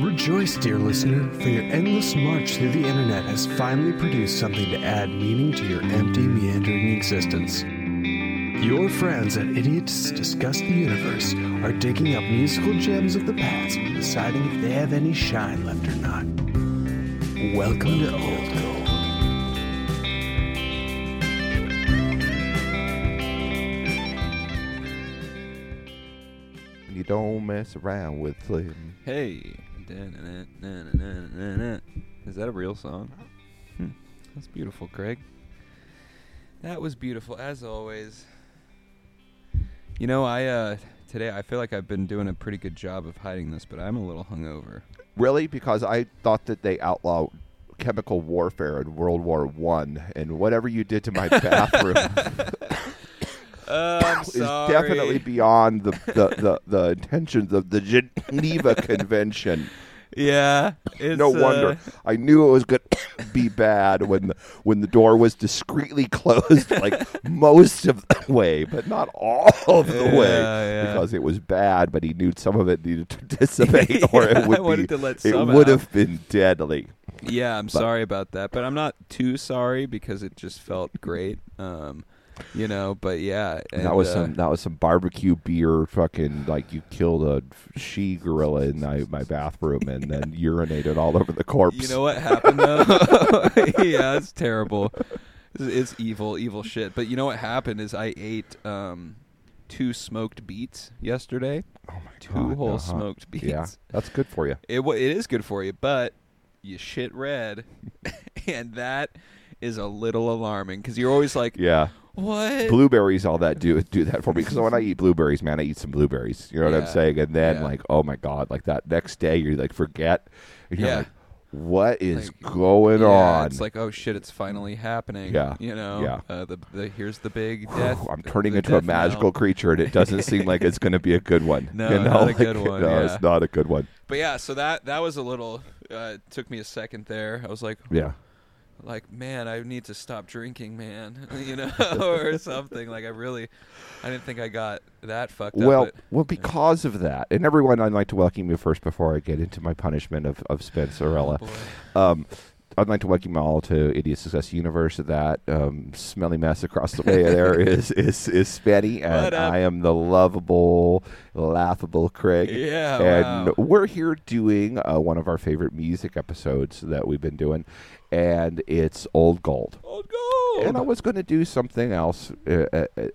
Rejoice, dear listener, for your endless march through the internet has finally produced something to add meaning to your empty, meandering existence. Your friends at Idiots Discuss the Universe are digging up musical gems of the past and deciding if they have any shine left or not. Welcome to Old Gold. You don't mess around with Slim. Hey. Is that a real song? Hmm. That's beautiful, Craig. That was beautiful as always. You know, I uh today I feel like I've been doing a pretty good job of hiding this, but I'm a little hungover. Really? Because I thought that they outlawed chemical warfare in World War One, and whatever you did to my bathroom Uh, I'm is definitely beyond the, the, the, the intentions of the Geneva Convention. Yeah. uh, no wonder. I knew it was going to be bad when the, when the door was discreetly closed, like most of the way, but not all of the way, Yeah, yeah. because it was bad. But he knew some of it needed to dissipate, or Yeah, I it would wanted be, to let it some would out. have been deadly. Yeah, I'm sorry about that, but I'm not too sorry because it just felt great. Um, you know, but yeah, and, that was uh, some that was some barbecue beer fucking like you killed a she gorilla in my, my bathroom and then urinated all over the corpse. You know what happened though? yeah, it's terrible. It's, it's evil, evil shit. But you know what happened is I ate um, two smoked beets yesterday. oh my Two God, whole uh-huh. smoked beets. Yeah, that's good for you. It wa- it is good for you, but you shit red, and that is a little alarming because you're always like, Yeah. what? blueberries all that do do that for me because when I eat blueberries, man, I eat some blueberries. You know what Yeah. I'm saying? And then Yeah. like, oh my god, like that next day you like forget. And you're Yeah. like, what is Like, going yeah, on? It's like, oh shit, it's finally happening. Yeah, you know. yeah. Uh, the, the here's the big Whew, death. I'm the- turning the into a death knell. magical creature, and it doesn't seem like it's going to be a good one. No, you know? not a Like, good one, No, yeah. it's not a good one. But yeah, so that that was a little. Uh, it took me a second there. I was like, Yeah, like man, I need to stop drinking, man. you know, or something. Like I really, I didn't think I got that fucked Well, up. well, because of that, and everyone, I'd like to welcome you first before I get into my punishment of of Spencerella. Well, um, I'd like to welcome you all to Idiot Success Universe. That um, smelly mess across the way there is is is Spenny, What and up? I am the lovable, laughable Craig. Yeah, and wow. we're here doing uh, one of our favorite music episodes that we've been doing, and it's Old Gold. old gold. And I was going to do something else uh, at, at-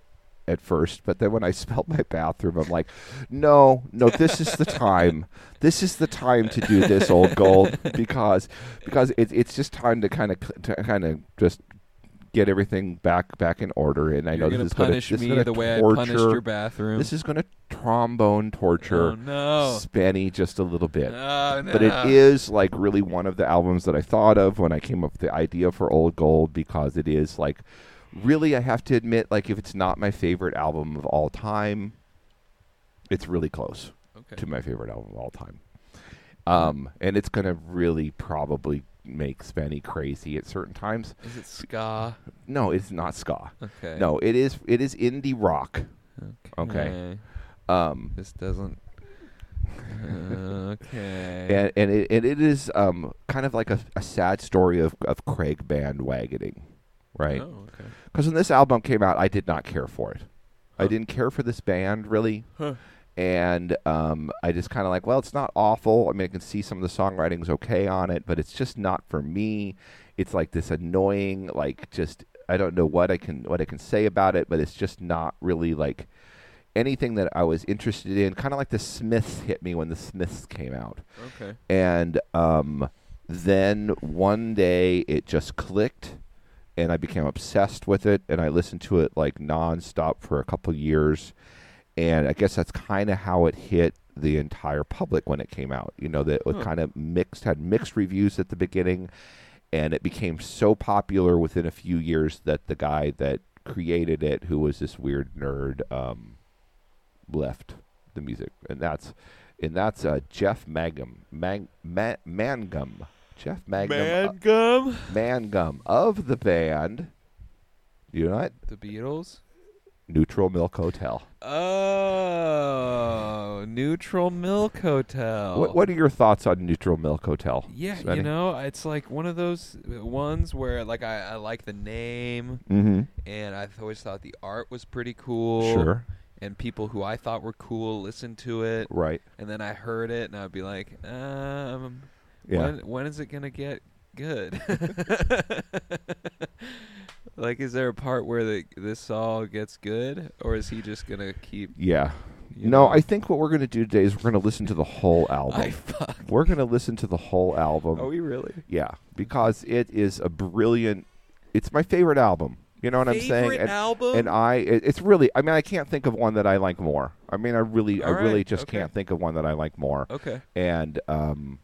at first, but then when I smelled my bathroom, I'm like, no, no, this is the time. This is the time to do this old gold because because it, it's just time to kind of to kind of just get everything back back in order. And I You're know this is going gonna punish to me gonna the way torture, I punished your bathroom. This is going to trombone torture Oh no. Spenny just a little bit Oh, no. but it is like really one of the albums that I thought of when I came up with the idea for Old Gold because it is like really I have to admit like if it's not my favorite album of all time, it's really close Okay. to my favorite album of all time. Um, and it's gonna really probably make Spenny crazy at certain times. Is it ska? No, it's not ska. Okay. No, it is it is indie rock. Okay. Um, This doesn't. okay. and and it, and it is um kind of like a, a sad story of of Craig bandwagoning, right? Oh, okay. Because when this album came out, I did not care for it. I Huh. didn't care for this band really, Huh. and um, I just kind of like, well, it's not awful. I mean, I can see some of the songwriting's okay on it, but it's just not for me. It's like this annoying, like just I don't know what I can what I can say about it, but it's just not really like anything that I was interested in. Kind of like the Smiths hit me when the Smiths came out Okay. and um, then one day it just clicked and i became obsessed with it and i listened to it like nonstop for a couple years and i guess that's kind of how it hit the entire public when it came out you know that it was Huh. kind of mixed had mixed reviews at the beginning and it became so popular within a few years that the guy that created it who was this weird nerd um, left the music, and that's and that's uh, Jeff Mangum, Mang, Ma- Mangum, Jeff Mangum, uh, gum. Mangum of the band. You know what? The Beatles. Neutral Milk Hotel. Oh, know, Neutral Milk Hotel. What, what are your thoughts on Neutral Milk Hotel? Oh. Yeah, you know, it's like one of those uh, ones where like I, I like the name, Mm-hmm. and I've always thought the art was pretty cool. Sure. And people who I thought were cool listened to it, Right. and then I heard it, and I'd be like, um, Yeah. when when is it gonna get good? like, is there a part where the, this all gets good, or is he just gonna keep? yeah. you no, know? I think what we're going to do today is we're going to listen to the whole album. I fuck. Oh, We're going to listen to the whole album. Are we really? Yeah, because it is a brilliant. It's my favorite album. You know what I'm Favorite saying? And, album? and I, it- it's really. I mean, I can't think of one that I like more. I mean, I really, I All right, really just okay. can't think of one that I like more. Okay. And um,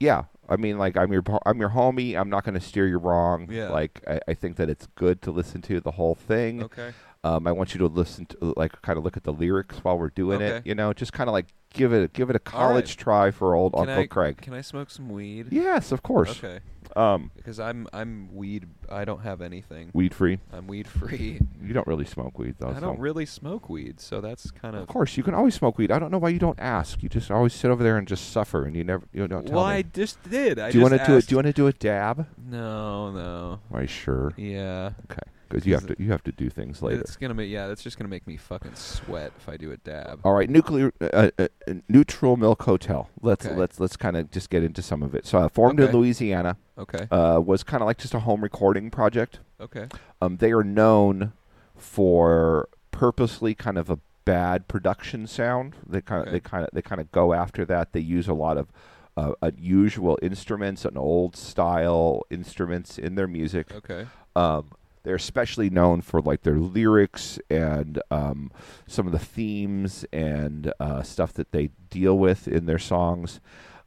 yeah, I mean, like I'm your, par- I'm your homie. I'm not going to steer you wrong. Yeah. Like I, I think that it's good to listen to the whole thing. Okay. Um, I want you to listen to, like, kind of look at the lyrics while we're doing it. Okay. You know, just kind of like give it, give it a All right. college try for old Can Uncle I, Craig. Can I smoke some weed? Yes, of course. Okay. Um, Because I'm I'm weed. I don't have anything. weed free. I'm weed free. You don't really smoke weed, though. I so- don't really smoke weed, so that's kind Of of. course, you can always smoke weed. I don't know why you don't ask. You just always sit over there and just suffer, and you never, you don't tell Well, me. I just did. I do you want wanna to do it? Do you want to do a dab? No, no. Are you sure? Yeah. Okay, because you have Is to, you have to do things later. It's gonna make yeah. That's just gonna make me fucking sweat if I do a dab. All right, nuclear, uh, uh, uh, neutral milk hotel. Let's Okay. let's let's kind of just get into some of it. So, uh, formed in Okay. Louisiana, Okay. uh, was kind of like just a home recording project. Okay. Um, they are known for purposely kind of a bad production sound. They kind of Okay. they kind of they kind of go after that. They use a lot of uh, unusual instruments and old style instruments in their music. Okay. Um, they're especially known for like their lyrics and um, some of the themes and uh, stuff that they deal with in their songs.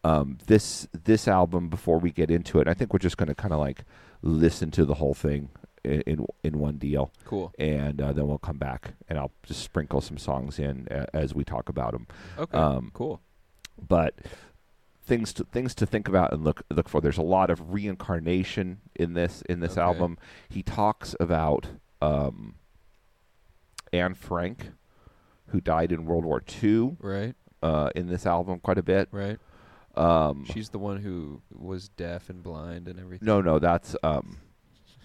Um, this this album, before we get into it, I think we're just going to kind of like listen to the whole thing in in, in one deal, Cool. and uh, then we'll come back and I'll just sprinkle some songs in a, as we talk about them. Okay. Um, cool. But things to things to think about and look look for. There's a lot of reincarnation in this in this Okay. album. He talks about um, Anne Frank, who died in World War II, Right. uh, in this album quite a bit. Right. Um, She's the one who was deaf and blind and everything. no, no, that's um,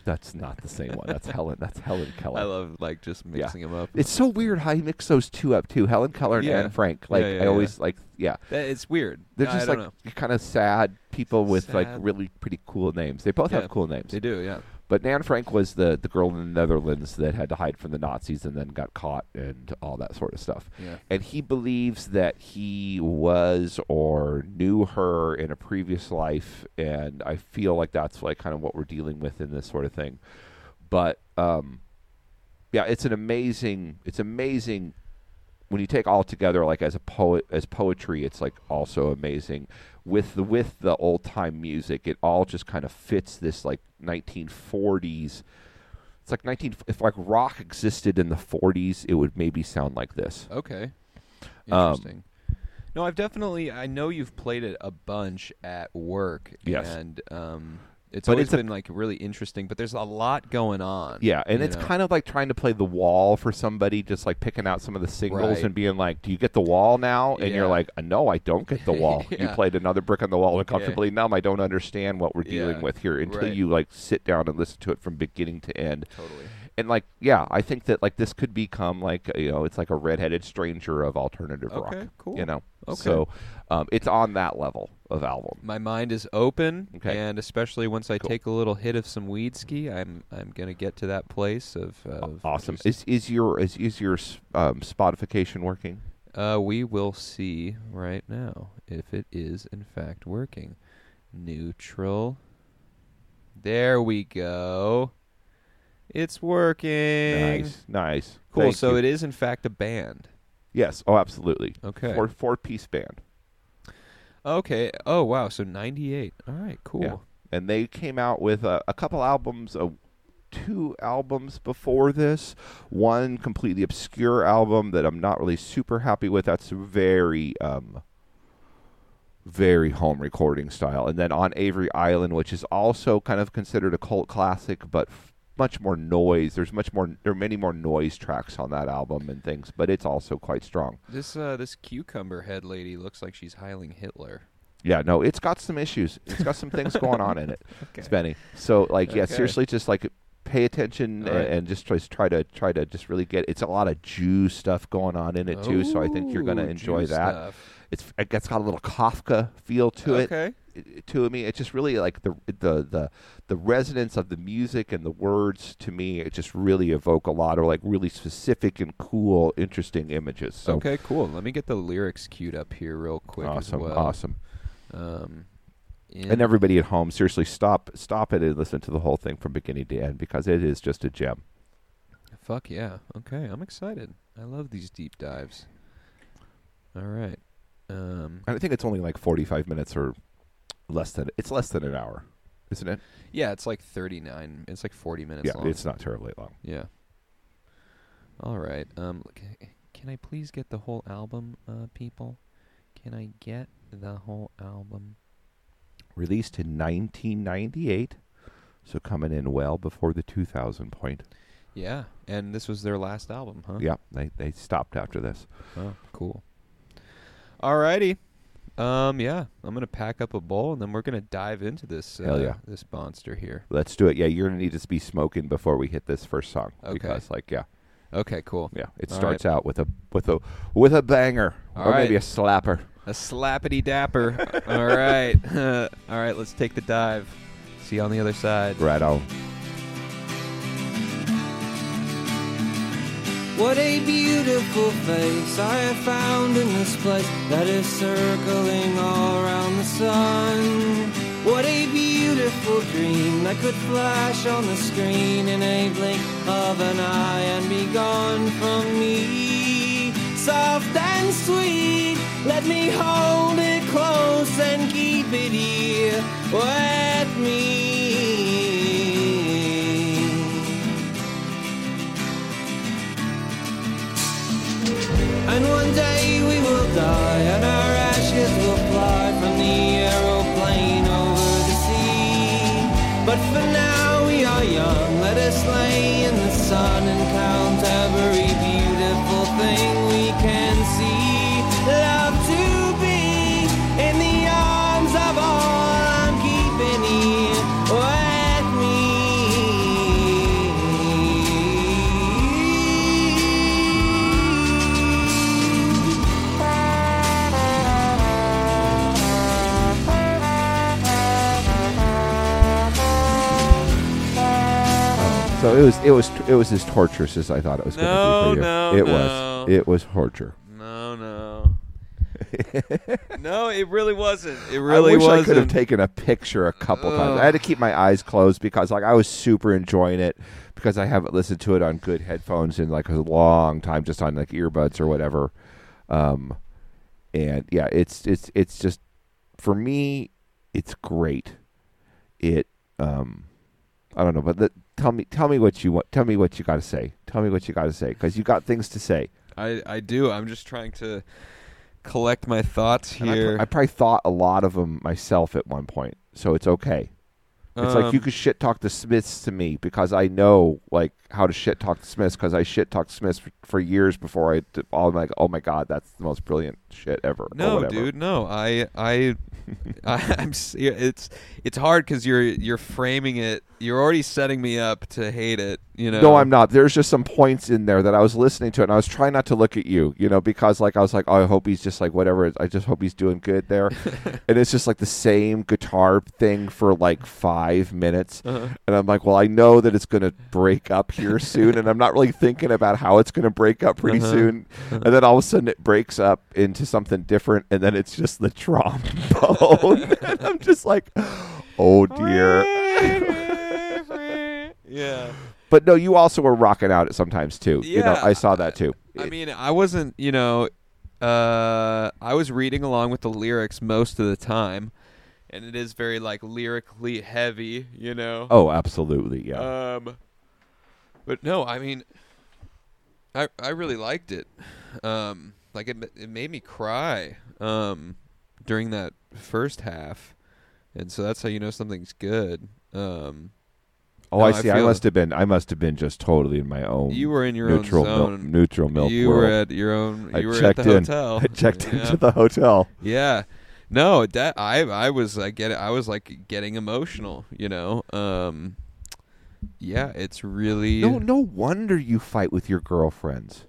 that's not the same one. That's Helen. That's Helen Keller. I love like just mixing them up. it's so weird how you mix those two up too, Helen Keller and Yeah. Anne Frank. Yeah, Like yeah, I yeah. always like, yeah, That, it's weird. they're I just don't like know. kind of sad people with like Sad. really pretty cool names. They both Yeah. have cool names. They do. Yeah. But Nan Frank was the, the girl in the Netherlands that had to hide from the Nazis and then got caught and all that sort of stuff. Yeah. And he believes that he was or knew her in a previous life. And I feel like that's like kind of what we're dealing with in this sort of thing. But um, yeah, it's an amazing, it's amazing when you take all together, like as a poet, as poetry, it's like also amazing with the with the old time music. It all just kind of fits this like 1940s. It's like 19 if like rock existed in the 40s, it would maybe sound like this. Okay. Um, Interesting. no, I've definitely. I know you've played it a bunch at work. Yes. And um, it's But always it's a- been like really interesting. But there's a lot going on. Yeah, and you it's know? kind of like trying to play the wall for somebody, just like picking out some of the singles Right. and being like, "Do you get the wall now?" And Yeah. you're like, "Uh, "No, I don't get the wall." You Yeah. played another brick on the wall uncomfortably numb. I don't understand what we're dealing Yeah, with here until right. you like sit down and listen to it from beginning to end. totally. and like yeah i think that like this could become like you know it's like a redheaded stranger of alternative rock Okay, cool. you know Okay. so um, it's on that level of album My mind is open, Okay. and especially once I Cool. take a little hit of some weed ski, I'm I'm gonna get to that place of, of awesome just- is is your is, is your s- um, spotification working Uh, we will see right now if it is in fact working. Neutral. There we go. It's working. nice nice Cool. Thank so you. it is in fact a band. yes oh absolutely Okay. four four piece band Okay. Oh wow. So ninety eight. All right. Cool. Yeah. and they came out with a, a couple albums a two albums before this one completely obscure album that i'm not really super happy with that's very um very home recording style and then on avery island which is also kind of considered a cult classic but f- much more noise. There's much more. There are many more noise tracks on that album and things, but it's also quite strong. This uh, this cucumber head lady looks like she's hiling Hitler. Yeah, no, it's got some issues. It's got some things going on in it, Spenny. So like, yeah, Okay. seriously, just like pay attention All a- right. and, just try, try to try to just really get. It's a lot of Jew stuff going on in it too. So I think you're gonna Ooh, enjoy Jew that. stuff. It's it's got a little Kafka feel to it Okay. it- to me it's just really like the the the the resonance of the music and the words to me it just really evoke a lot of like really specific and cool interesting images so okay, cool. Let me get the lyrics queued up here real quick awesome as well. awesome Um, and everybody at home seriously stop stop it and listen to the whole thing from beginning to end because it is just a gem Fuck yeah. Okay, I'm excited. I love these deep dives. All right. Um, and i think it's only like 45 minutes or less than it's less than an hour isn't it yeah, it's like 39. It's like 40 minutes yeah long. it's not terribly long yeah. All right. Um, look, eh, can I please get the whole album, uh, people? Can I get the whole album? released in 1998 so coming in well before the 2000 point Yeah, and this was their last album, huh? yeah they, they stopped after this Oh, cool. Alrighty. Um, yeah, I'm gonna pack up a bowl and then we're gonna dive into this. Uh, Hell yeah. This monster here. Let's do it. Yeah, you're gonna need to be smoking before we hit this first song Okay. because, like, yeah, Okay, cool. yeah, it All starts out with a with a with a banger All or maybe a right. slapper. A slappity dapper. All right. All right, let's take the dive. See you on the other side. Right on. What a beautiful face I have found in this place that is circling all around the sun. What a beautiful dream that could flash on the screen in a blink of an eye and be gone from me. Soft and sweet, let me hold it close and keep it here with me. And one day we will die, and our ashes will fly from the aeroplane over the sea. But for now we are young, let us lay in the sun and count every beautiful thing we can see. Love to be in the arms of all I'm keeping here with me. So it was it was it was as torturous as I thought it was No, going to be for you. no, it no. was it was torture. No, no. no, it really wasn't. It really I wish wasn't. I could have taken a picture a couple times. I had to keep my eyes closed because like I was super enjoying it because I haven't listened to it on good headphones in like a long time, just on like earbuds or whatever. Um, and yeah, it's it's it's just for me, it's great. It um, I don't know, but the, tell me tell me what you want. Tell me what you got to say. Tell me what you got to say because you got things to say. I, I do. I'm just trying to collect my thoughts And I pr- here. I, probably thought a lot of them myself at one point, so it's okay. It's like Um, you could shit talk the Smiths to me because I know like how to shit talk the Smiths because I shit talked Smiths for, for years before I d- all like oh my god that's the most brilliant shit ever. or Um, No, whatever. dude, no. I, I, I I'm. s- yeah, It's it's hard because you're you're framing it. You're already setting me up to hate it. You know. No, I'm not. There's just some points in there that I was listening to, it and I was trying not to look at you, you know, because like I was like, oh, I hope he's just like whatever. I just hope he's doing good there, and it's just like the same guitar thing for like five minutes, Uh-huh. and I'm like, well, I know that it's going to break up here soon, and I'm not really thinking about how it's going to break up pretty Uh-huh. soon, and then all of a sudden it breaks up into something different, and then it's just the trombone, and I'm just like, oh dear. yeah. But no, you also were rocking out sometimes too. you know, Yeah. I saw that too. I mean, I wasn't, you know, uh, I was reading along with the lyrics most of the time, and it is very like lyrically heavy, you know. oh, absolutely, yeah. Um, but no, I mean, I I really liked it. Um, like it ma- it made me cry. Um, during that first half, and so that's how you know something's good. Um, Oh, No, I I see. I, feel must have been. I own. have been just totally in my own You were in your neutral own milk, zone. neutral milk you world. were at your own. I You were at checked the in. hotel. I checked yeah. into the hotel. Yeah. No, that I I was I get it. I was like getting emotional. You know. Um. Yeah, it's really. No, no wonder you fight with your girlfriends.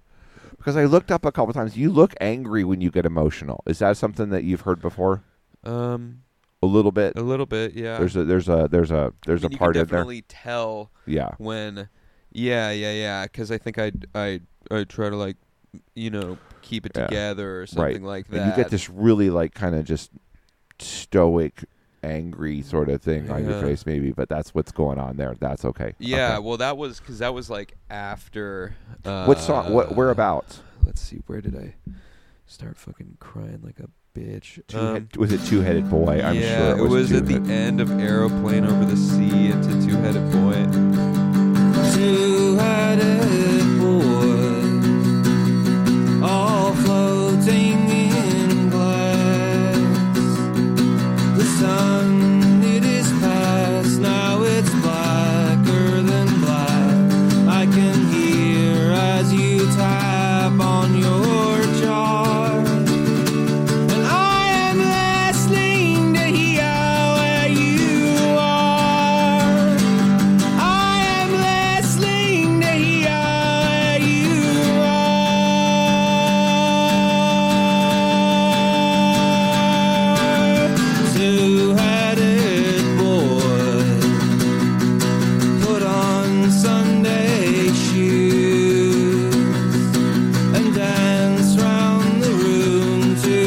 Because I looked up a couple times. You look angry when you get emotional. Is that something that you've heard before? Um. A little bit. A little bit. Yeah. There's a there's a there's a there's I mean, a part you in can there. definitely tell Yeah. when yeah yeah yeah because i think i i i try to like you know keep it Yeah. together or Right. something like that And you get this really like kind of just stoic, angry sort of thing on your Yeah. face, maybe. But that's what's going on there. That's okay. yeah Okay. well that was because that was like after uh, What song? What whereabouts? Let's see, where did I start fucking crying like a bitch? Two um, head, was it two headed boy? I'm yeah, sure it was, two at the end of Aeroplane Over the Sea into Two Headed Boy. Two-headed boy, all floating in glass. The sun, it is past, now it's blacker than black. I can hear as you tap on your jar. And I am listening to hear where you are. I am listening to hear where you are. Two-headed boy, put on Sunday shoes and dance round the room to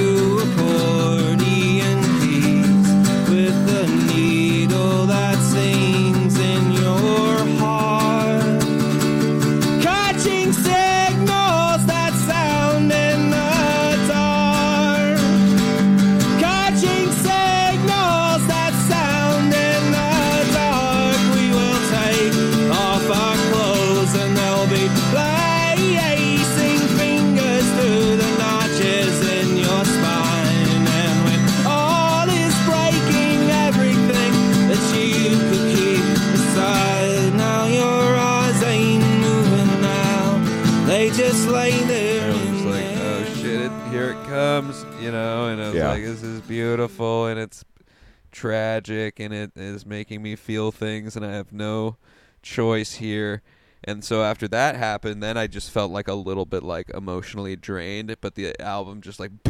accordion keys with the needle that sings in your heart, catching signals that sound in the dark, catching signals that sound in the dark. We will take off our clothes and there'll be blazing fingers through the notches in your spine. And when all is breaking, everything that you could keep aside, now your eyes ain't moving now. They just lay there. I was in like, their oh shit, it, here it comes, you know, and I was Yeah. like, this is beautiful and it's tragic and it is making me feel things and I have no choice here. And so after that happened, then I just felt like a little bit like emotionally drained, but the album just like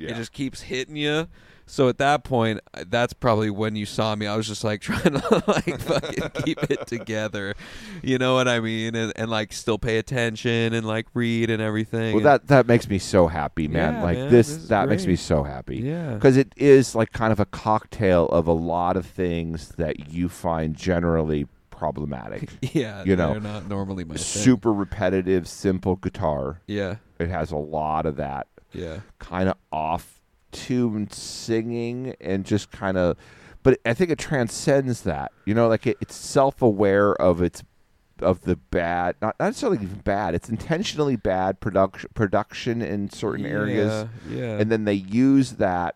Yeah. it just keeps hitting you. So at that point, I- that's probably when you saw me. I was just like trying to like fucking keep it together, you know what I mean, and, and like still pay attention and like read and everything. Well, that that makes me so happy, man. Yeah, like man, this, this is that makes me great. so happy. yeah, because it is like kind of a cocktail of a lot of things that you find generally problematic. yeah, you know, they're not normally my thing. Super repetitive, simple guitar. Yeah, It has a lot of that yeah, kind of off tune singing and just kind of. But I think it transcends that. You know, like it, it's self aware of its of the bad, not not necessarily even bad. It's intentionally bad production production in certain areas Yeah, yeah. and then they use that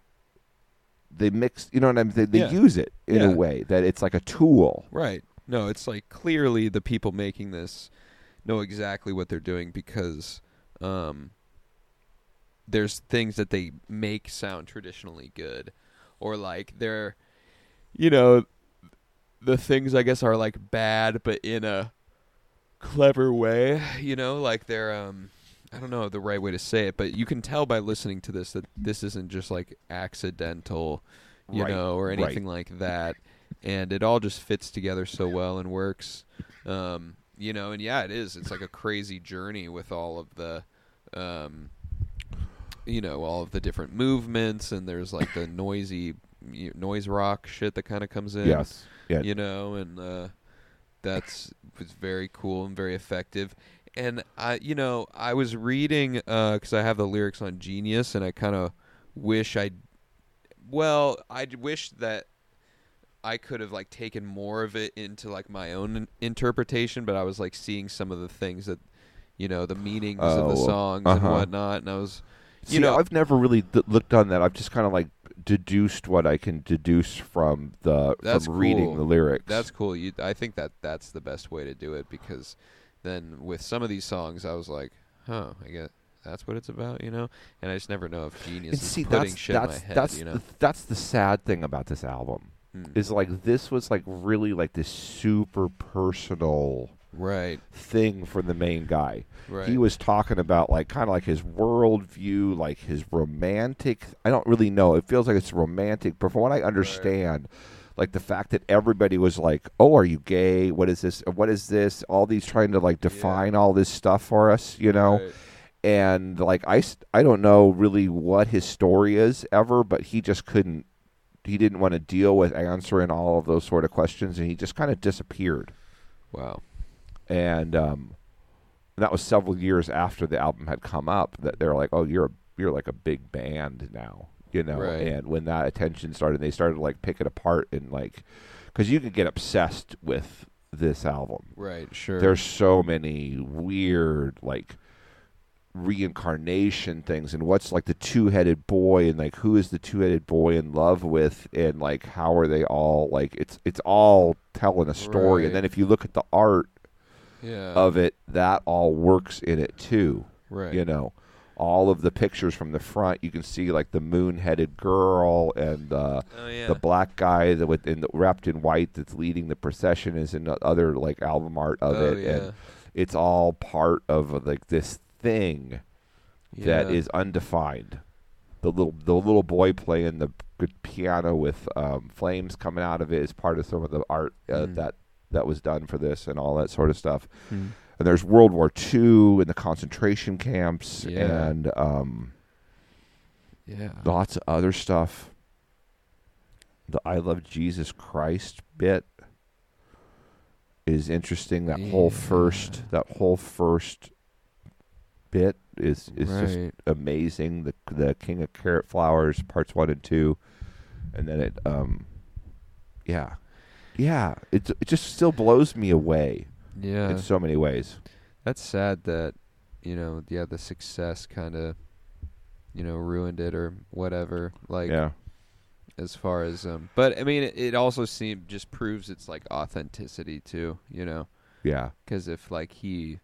they mix you know what i'm they, they Yeah. use it in a Yeah. way that it's like a tool Right. No, it's like clearly the people making this know exactly what they're doing because um, there's things that they make sound traditionally good, or like they're, you know, the things I guess are like bad, but in a clever way. You know, like they're um, I don't know the right way to say it, but you can tell by listening to this that this isn't just like accidental, you Right, know, or right. anything like that. And it all just fits together so well and works. Um, you know, and yeah, it is. It's like a crazy journey with all of the um you know, all of the different movements and there's like the noisy y- noise rock shit that kind of comes in yes yeah you know, and uh, that's was very cool and very effective. And I, you know, I was reading because I have the lyrics on Genius, and I kind of wish I, well, I d- wish that I could have like taken more of it into like my own in- interpretation, but I was like seeing some of the things that, you know, the meanings of Oh, the songs uh-huh. and whatnot, and I was, you See, know, i've never really th- looked on that i've just kind of like deduced what I can deduce from the That's from reading cool. the lyrics. That's cool. You, I think that that's the best way to do it because then with some of these songs, I was like, huh, I guess that's what it's about, you know. And I just never know if genius and is see, putting that's shit that's in my head, that's you know. the, that's the sad thing about this album Hmm. is like this was like really like this super personal right, thing from the main guy. right. He was talking about like kind of like his worldview, like his romantic. I don't really know. It feels like it's romantic, but from what I understand, like the fact that everybody was like, "Oh, are you gay? What is this? What is this?" All these trying to like define all this stuff for us, you know. Right. And like I, s- I don't know really what his story is ever, but he just couldn't. He didn't want to deal with answering all of those sort of questions, and he just kind of disappeared wow. and um, that was several years after the album had come up that they're like, "Oh, you're a, you're like a big band now," you know. Right. And when that attention started, they started like pick it apart and like, because you could get obsessed with this album. Right, sure. There's so many weird like reincarnation things and what's like the two-headed boy and like who is the two-headed boy in love with and like how are they all like it's it's all telling a story Right. and then if you look at the art yeah. of it, that all works in it too. right. You know, all of the pictures from the front, you can see like the moon-headed girl and the oh yeah. the black guy that with in the, wrapped in white that's leading the procession is in the other like album art of Oh, it, yeah. and it's all part of like this thing that Yeah. is undefined. The little the little boy playing the p- piano with um, flames coming out of it is part of some of the art uh, Mm. that that was done for this and all that sort of stuff. Mm. And there's World War II and the concentration camps Yeah. and um, yeah. lots of other stuff. The I love Jesus Christ bit is interesting. That whole first Yeah. that whole first bit is is just right. amazing. The the King of Carrot Flowers parts one and two, and then it um, yeah, yeah. It it just still blows me away yeah. in so many ways. That's sad that, you know, yeah, the success kind of, you know, ruined it or whatever. Like, yeah, as far as, um, but I mean, it, it also seems just proves it's like authenticity too, you know, yeah. because if like he,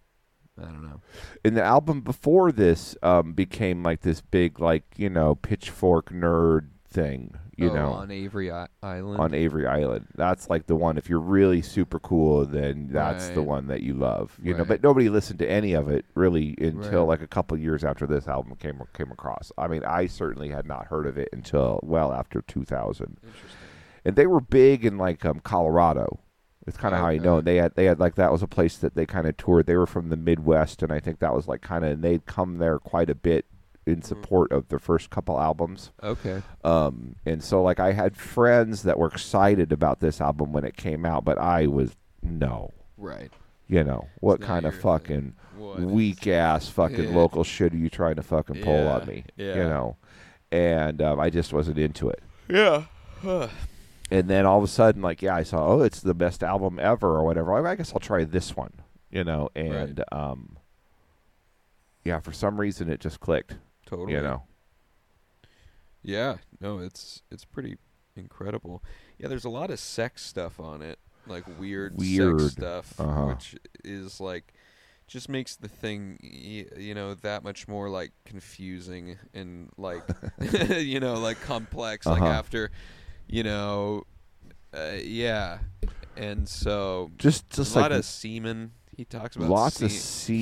I don't know, And the album before this um became like this big like you know pitchfork nerd thing. You oh, know. on Avery I- Island, on Avery Island. That's like the one. If you're really super cool, then that's the Right. one that you love. You know, Right. but nobody listened to any of it really until Right. like a couple years after this album came came across. I mean, I certainly had not heard of it until well after 2000. Interesting. And they were big in like um, Colorado. It's kind of how you know Okay. they had they had like that was a place that they kind of toured. They were from the Midwest, and I think that was like kind of and they'd come there quite a bit Mm-hmm. in support of their first couple albums. okay, Um, and so like I had friends that were excited about this album when it came out, but I was no, right, you know what not kind of your fucking thing. What? weak ass fucking Yeah. local shit are you trying to fucking pull Yeah, on me, you yeah. know? And um, I just wasn't into it. yeah, And then all of a sudden, like yeah, I saw oh it's the best album ever or whatever. I, I guess I'll try this one, you know? And um, yeah, for some reason it just clicked, totally, you know? yeah, no, it's it's pretty incredible. Yeah, there's a lot of sex stuff on it, like weird, Weird. sex stuff, Uh-huh. which is like just makes the thing y- you know that much more like confusing and like you know like complex Uh-huh. like after you know uh, yeah and so Just just a like lot of semen he talks about lots of se-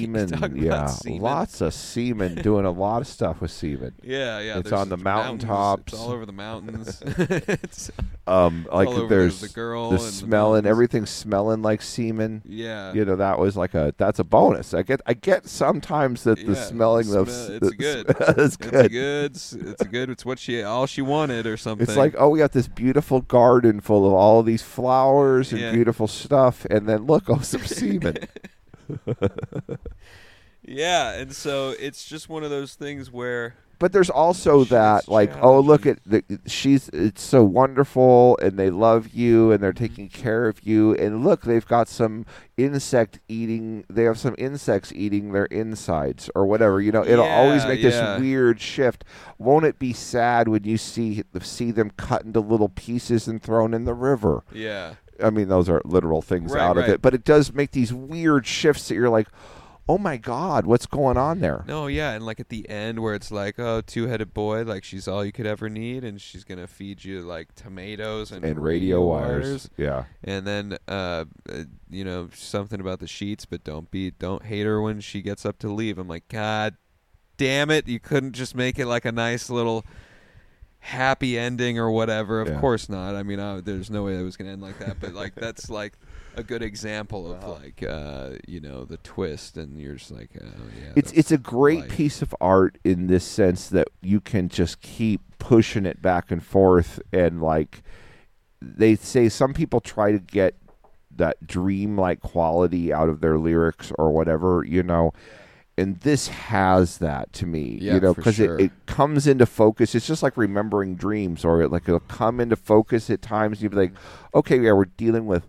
semen. talk about yeah, semen. lots of semen. Doing a lot of stuff with semen. yeah yeah It's there's on the mountains, mountaintops. it's all over the mountains it's Um, like all over there's the girl the and smell and mountains. everything smelling like semen. yeah You know that was like a that's a bonus. I get I get sometimes that Yeah, the smelling of smell- s- it's the- good. it's It's a good. good. It's, it's a good. It's what she all she wanted or something. It's like oh we got this beautiful garden full of all these flowers and Yeah. beautiful stuff, and then look oh some semen. yeah, and so it's just one of those things where But there's also She's that, like, oh, look at the, she's, it's so wonderful, and they love you, and they're Mm-hmm. taking care of you, and look, they've got some insect eating, they have some insects eating their insides or whatever. You know, it'll always Yeah, make yeah. this weird shift. Won't it be sad when you see see them cut into little pieces and thrown in the river? Yeah. I mean, those are literal things Right, out right. of it, but it does make these weird shifts that you're like, oh my god, what's going on there? No, yeah, and like at the end where it's like, oh, two-headed boy, like she's all you could ever need, and she's gonna feed you like tomatoes and, And radio wires, yeah. and then uh, uh, you know something about the sheets, but don't be, don't hate her when she gets up to leave. I'm like, God damn it, you couldn't just make it like a nice little happy ending or whatever. Of Yeah. course not. I mean, I, there's no way it was gonna end like that. But like that's like. A good example Uh-huh. of like uh, you know the twist, and you're just like, oh, yeah. it's that's it's a great life. piece of art in this sense that you can just keep pushing it back and forth and like they say some people try to get that dream like quality out of their lyrics or whatever you know and this has that to me Yeah, you know for because sure. it, it comes into focus it's just like remembering dreams or it, like it'll come into focus at times you'll be like okay yeah we're dealing with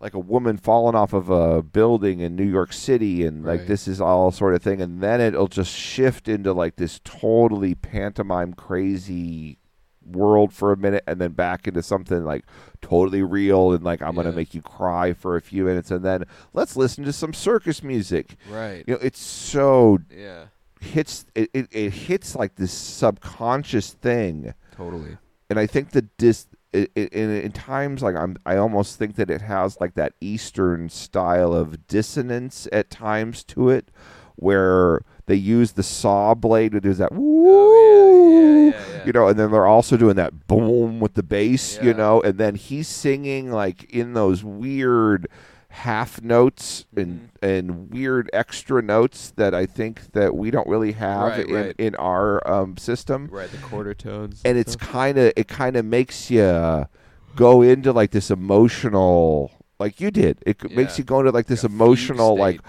like a woman falling off of a building in New York City and like Right. this is all sort of thing and then it'll just shift into like this totally pantomime crazy world for a minute and then back into something like totally real and like I'm going Yeah. to make you cry for a few minutes and then let's listen to some circus music. right. You know, it's so Yeah, hits it, it, it hits like this subconscious thing totally. and I think the dis i- i- in in times like I'm I almost think that it has like that Eastern style of dissonance at times to it, where they use the saw blade to do that woo, Oh, yeah, yeah, yeah. you know, and then they're also doing that boom with the bass, you Yeah. know, and then he's singing like in those weird half notes and Mm-hmm. and weird extra notes that I think that we don't really have Right, in, right. in our um, system Right, the quarter tones. and it's kind of it kind of makes you go into like this emotional like you did it c- makes Yeah. you go into like this a fugue emotional state.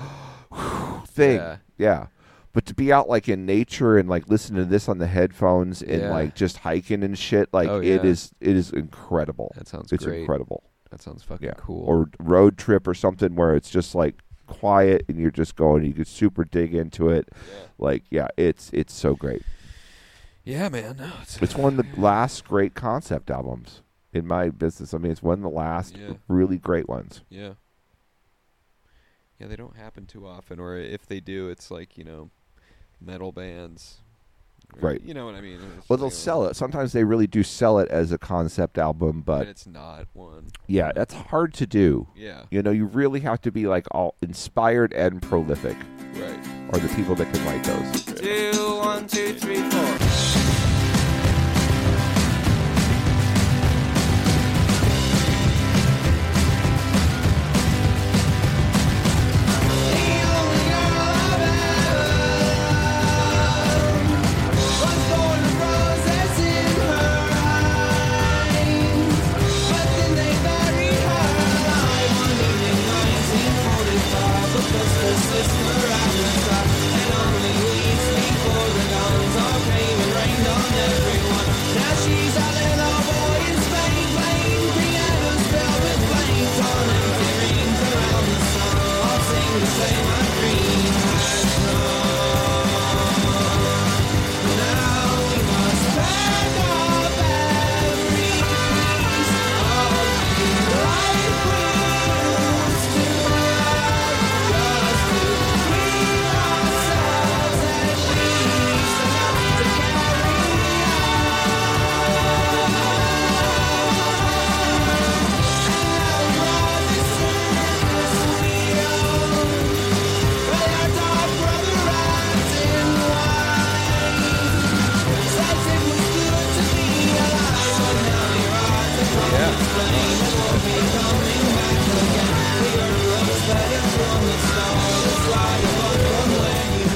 like thing Yeah. yeah. but to be out like in nature and like listening to this on the headphones and Yeah. like just hiking and shit like Oh, it yeah. is it is incredible That sounds it's great. incredible That sounds fucking yeah cool. or road trip or something where it's just like quiet and you're just going you could super dig into it like yeah it's it's so great yeah, man. No, it's, uh, it's one of the last great concept albums in my business. I mean, it's one of the last Yeah. really great ones. yeah. Yeah, they don't happen too often, or if they do, it's like you know, metal bands. or- Right. You know what I mean? Well, they'll sell it. Sometimes they really do sell it as a concept album, but but it's not one. yeah, that's hard to do. Yeah. You know, you really have to be like all inspired and prolific, Right. are the people that can write those. Two, one, two, three, four.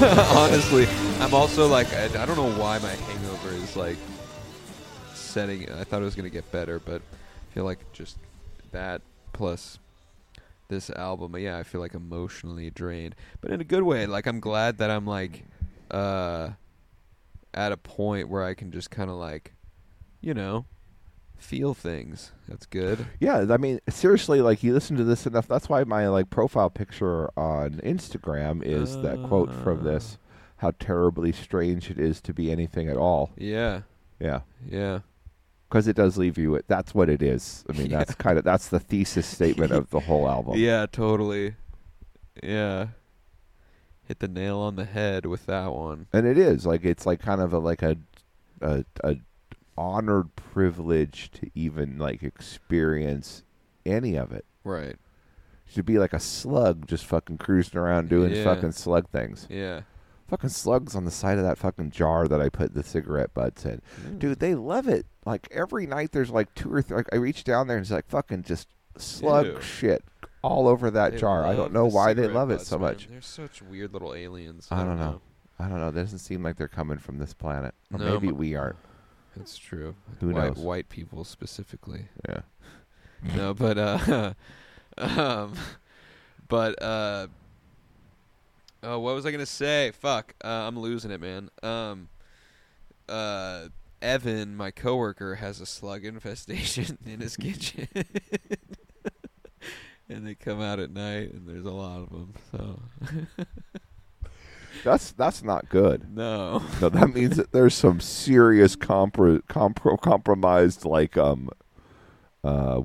Honestly, I'm also like I, I don't know why my hangover is like setting. I thought it was gonna get better, but I feel like just that plus this album. Yeah, I feel like emotionally drained, but in a good way. Like I'm glad that I'm like uh at a point where I can just kind of like, you know, feel things. That's good. Yeah, I mean, seriously, like you listen to this enough. That's why my like profile picture on Instagram is that quote from this: "How terribly strange it is to be anything at all." Yeah. Yeah, Yeah. because it does leave you. With, that's what it is. I mean, that's kind of that's the thesis statement of the whole album. Yeah, totally. Yeah. Hit the nail on the head with that one. and it is like it's like kind of a like a a, a honored privilege to even like experience any of it. Right. To be like a slug just fucking cruising around doing Yeah. fucking slug things. Yeah. fucking slugs on the side of that fucking jar that I put the cigarette butts in. Hmm. Dude, they love it. Like every night there's like two or three like I reach down there and it's like fucking just slug Ew. shit all over that They jar. I don't love know the why they cigarette love it butts, so man. much. They're such weird little aliens. I don't know. I don't know. It doesn't seem like they're coming from this planet. Or No, maybe m- we aren't. It's true. Who knows? white, White people specifically. Yeah. no, but uh, um, but uh, oh, what was I gonna say? Fuck, uh, I'm losing it, man. Um, uh, Evan, my coworker, has a slug infestation in his kitchen, and they come out at night, and there's a lot of them. So That's that's not good. no, No, that means that there's some serious compro- compro- compromised like um uh wall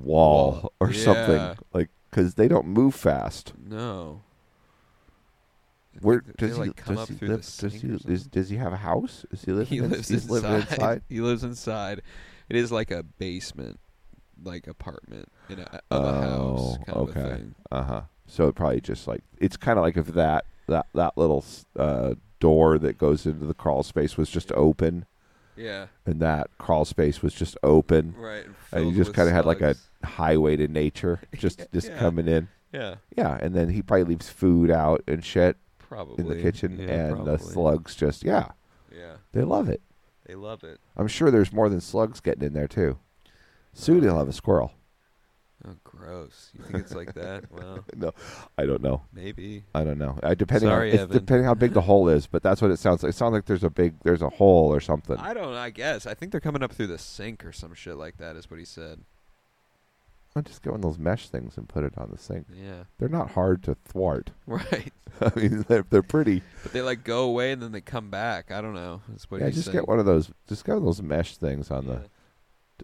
Wall. or Yeah. something like cuz they don't move fast. no. I Where think that does they, he like come does up he through live- the does sink he or is, something? does he have a house? Is he living? he in, lives he's inside. living inside. He lives inside. It is like a basement, like apartment in a, of a house Oh, kind of okay. a thing. Uh huh. So it probably just like it's kind of like if that that that little uh, door that goes into the crawl space was just open, Yeah, and that crawl space was just open, right. and you just kind of had like a highway to nature just just Yeah. coming in. yeah, Yeah, and then he probably leaves food out and shit probably in the kitchen, Yeah, and the probably. slugs just yeah, Yeah, they love it. they love it. I'm sure there's more than slugs getting in there too. Uh, Soon he'll have a squirrel. Oh, gross! You think it's like that? Well, No, I don't know. maybe. I don't know. I, depending Sorry, on it's Evan. depending how big the hole is, but that's what it sounds like. It sounds like there's a big there's a hole or something. I don't. I guess. I think they're coming up through the sink or some shit like that. Is what he said. I'll just get one of those mesh things and put it on the sink. Yeah. They're not hard to thwart. Right. I mean, they're, they're pretty. But they like go away and then they come back. I don't know. That's what yeah, he's just saying. get one of those. Just get one of those mesh things on the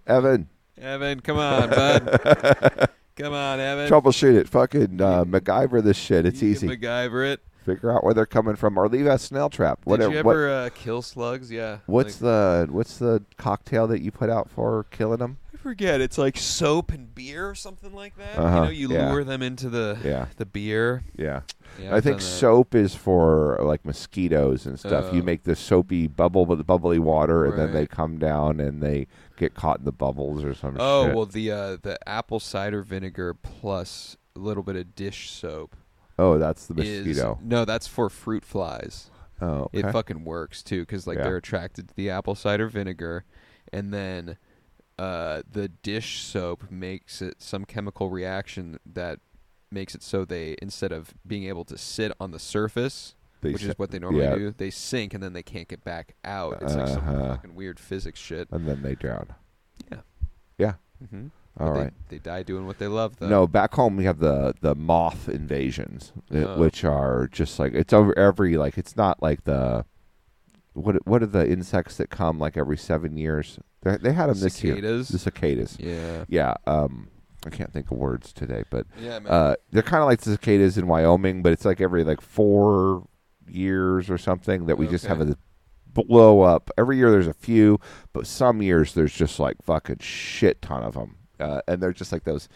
Evan. Evan, come on, bud. come on, Evan. Troubleshoot it. Fucking uh, MacGyver this shit. It's You easy. can MacGyver it. Figure out where they're coming from, or leave a snail trap. Did Whatever. you what- ever uh, kill slugs? Yeah. what's like, the what's the cocktail that you put out for killing them? I forget. It's like soap and beer or something like that. Uh-huh, You know, you yeah. lure them into the Yeah, the beer. yeah. Yeah, I I've think done that. soap is for like mosquitoes and stuff. you Oh. make the soapy bubble with the bubbly water, and then they Right. come down and they get caught in the bubbles or some Oh shit. well, the uh, the apple cider vinegar plus a little bit of dish soap oh, that's the is mosquito. no, that's for fruit flies. oh, okay. It fucking works too, because like Yeah. they're attracted to the apple cider vinegar, and then uh, the dish soap makes it some chemical reaction that makes it so they instead of being able to sit on the surface, They which sit- is what they normally yeah. do, they sink and then they can't get back out. It's like some Uh-huh. fucking weird physics shit. and then they drown. Yeah. Yeah. Mm-hmm. All right. They, die doing what they love, though. No, back home we have the the moth invasions, uh, Oh. which are just like it's over every like it's not like the what what are the insects that come like every seven years? They, they had them this year. Cicadas? The cicadas. Yeah. Yeah. Um, I can't think of words today, but Yeah, man. uh, they're kind of like the cicadas in Wyoming, but it's like every like four years or something that we just Okay. have a blow up. Every year there's a few, but some years there's just like fucking shit ton of them, uh, and they're just like those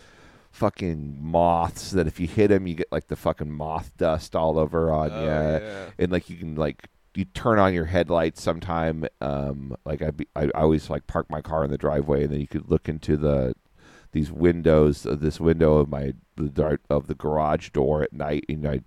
fucking moths that if you hit them, you get like the fucking moth dust all over on Oh, you, yeah. and like you can like. You turn on your headlights sometime. Um, like I, be, I, I always like park my car in the driveway, and then you could look into the these windows, uh, this window of my the dar- of the garage door at night, and I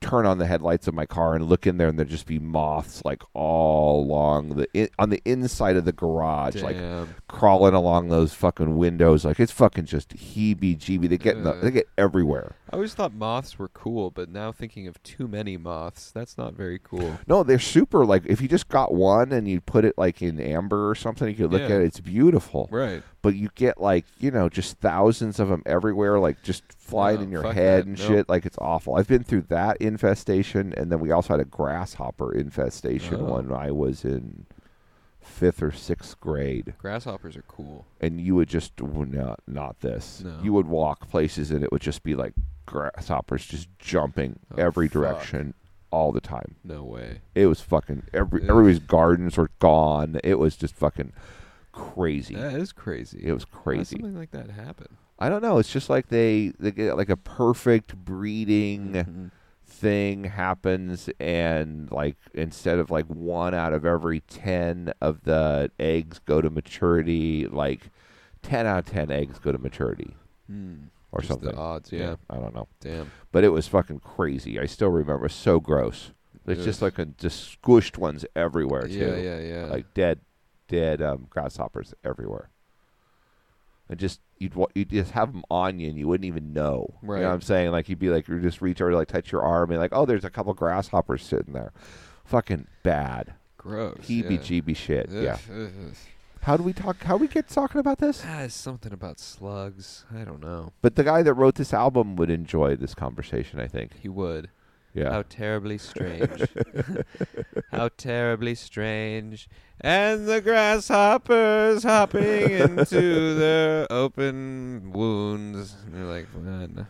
turn on the headlights of my car and look in there, and there'd just be moths like all along the in, on the inside of the garage, like Damn. crawling along those fucking windows. Like it's fucking just heebie-jeebie. They get in the, Ugh. they get everywhere. I always thought moths were cool, but now thinking of too many moths, that's not very cool. No, they're super. Like if you just got one and you put it like in amber or something, you could look Yeah. at it. It's beautiful. Right. But you get like you know just thousands of them everywhere, like just flying No, in your fuck head that. and No. shit. Like it's awful. I've been through that infestation, and then we also had a grasshopper infestation Oh. when I was in fifth or sixth grade. Grasshoppers are cool. and you would just well, not not this. No. You would walk places and it would just be like grasshoppers just jumping Oh, every fuck. direction all the time. No way. It was fucking every Ugh. everybody's gardens were gone. It was just fucking crazy. That is crazy. It was How does crazy. something like that happen? I don't know. It's just like they they get like a perfect breeding Mm-hmm. thing happens and like instead of like one out of every 10 of the eggs go to maturity like 10 out of 10 eggs go to maturity or Hmm. Just something The odds. Yeah. i don't know Damn. but it was fucking crazy i still remember it was so gross it's Ugh. just like a just squished ones everywhere too Yeah. Yeah. Yeah. like dead dead um, grasshoppers everywhere and just you'd wa- you'd just have them on you and you wouldn't even know you Right. know what i'm saying like you'd be like you just reach over like touch your arm and like oh there's a couple grasshoppers sitting there fucking bad gross. heebie jeebie shit Yeah. yeah Ugh, ugh, ugh. how do we talk how we get talking about this Ah, it's something about slugs. I don't know. but the guy that wrote this album would enjoy this conversation i think He would. yeah How terribly strange. How terribly strange. And the grasshoppers hopping into their open wounds. And you're like, what the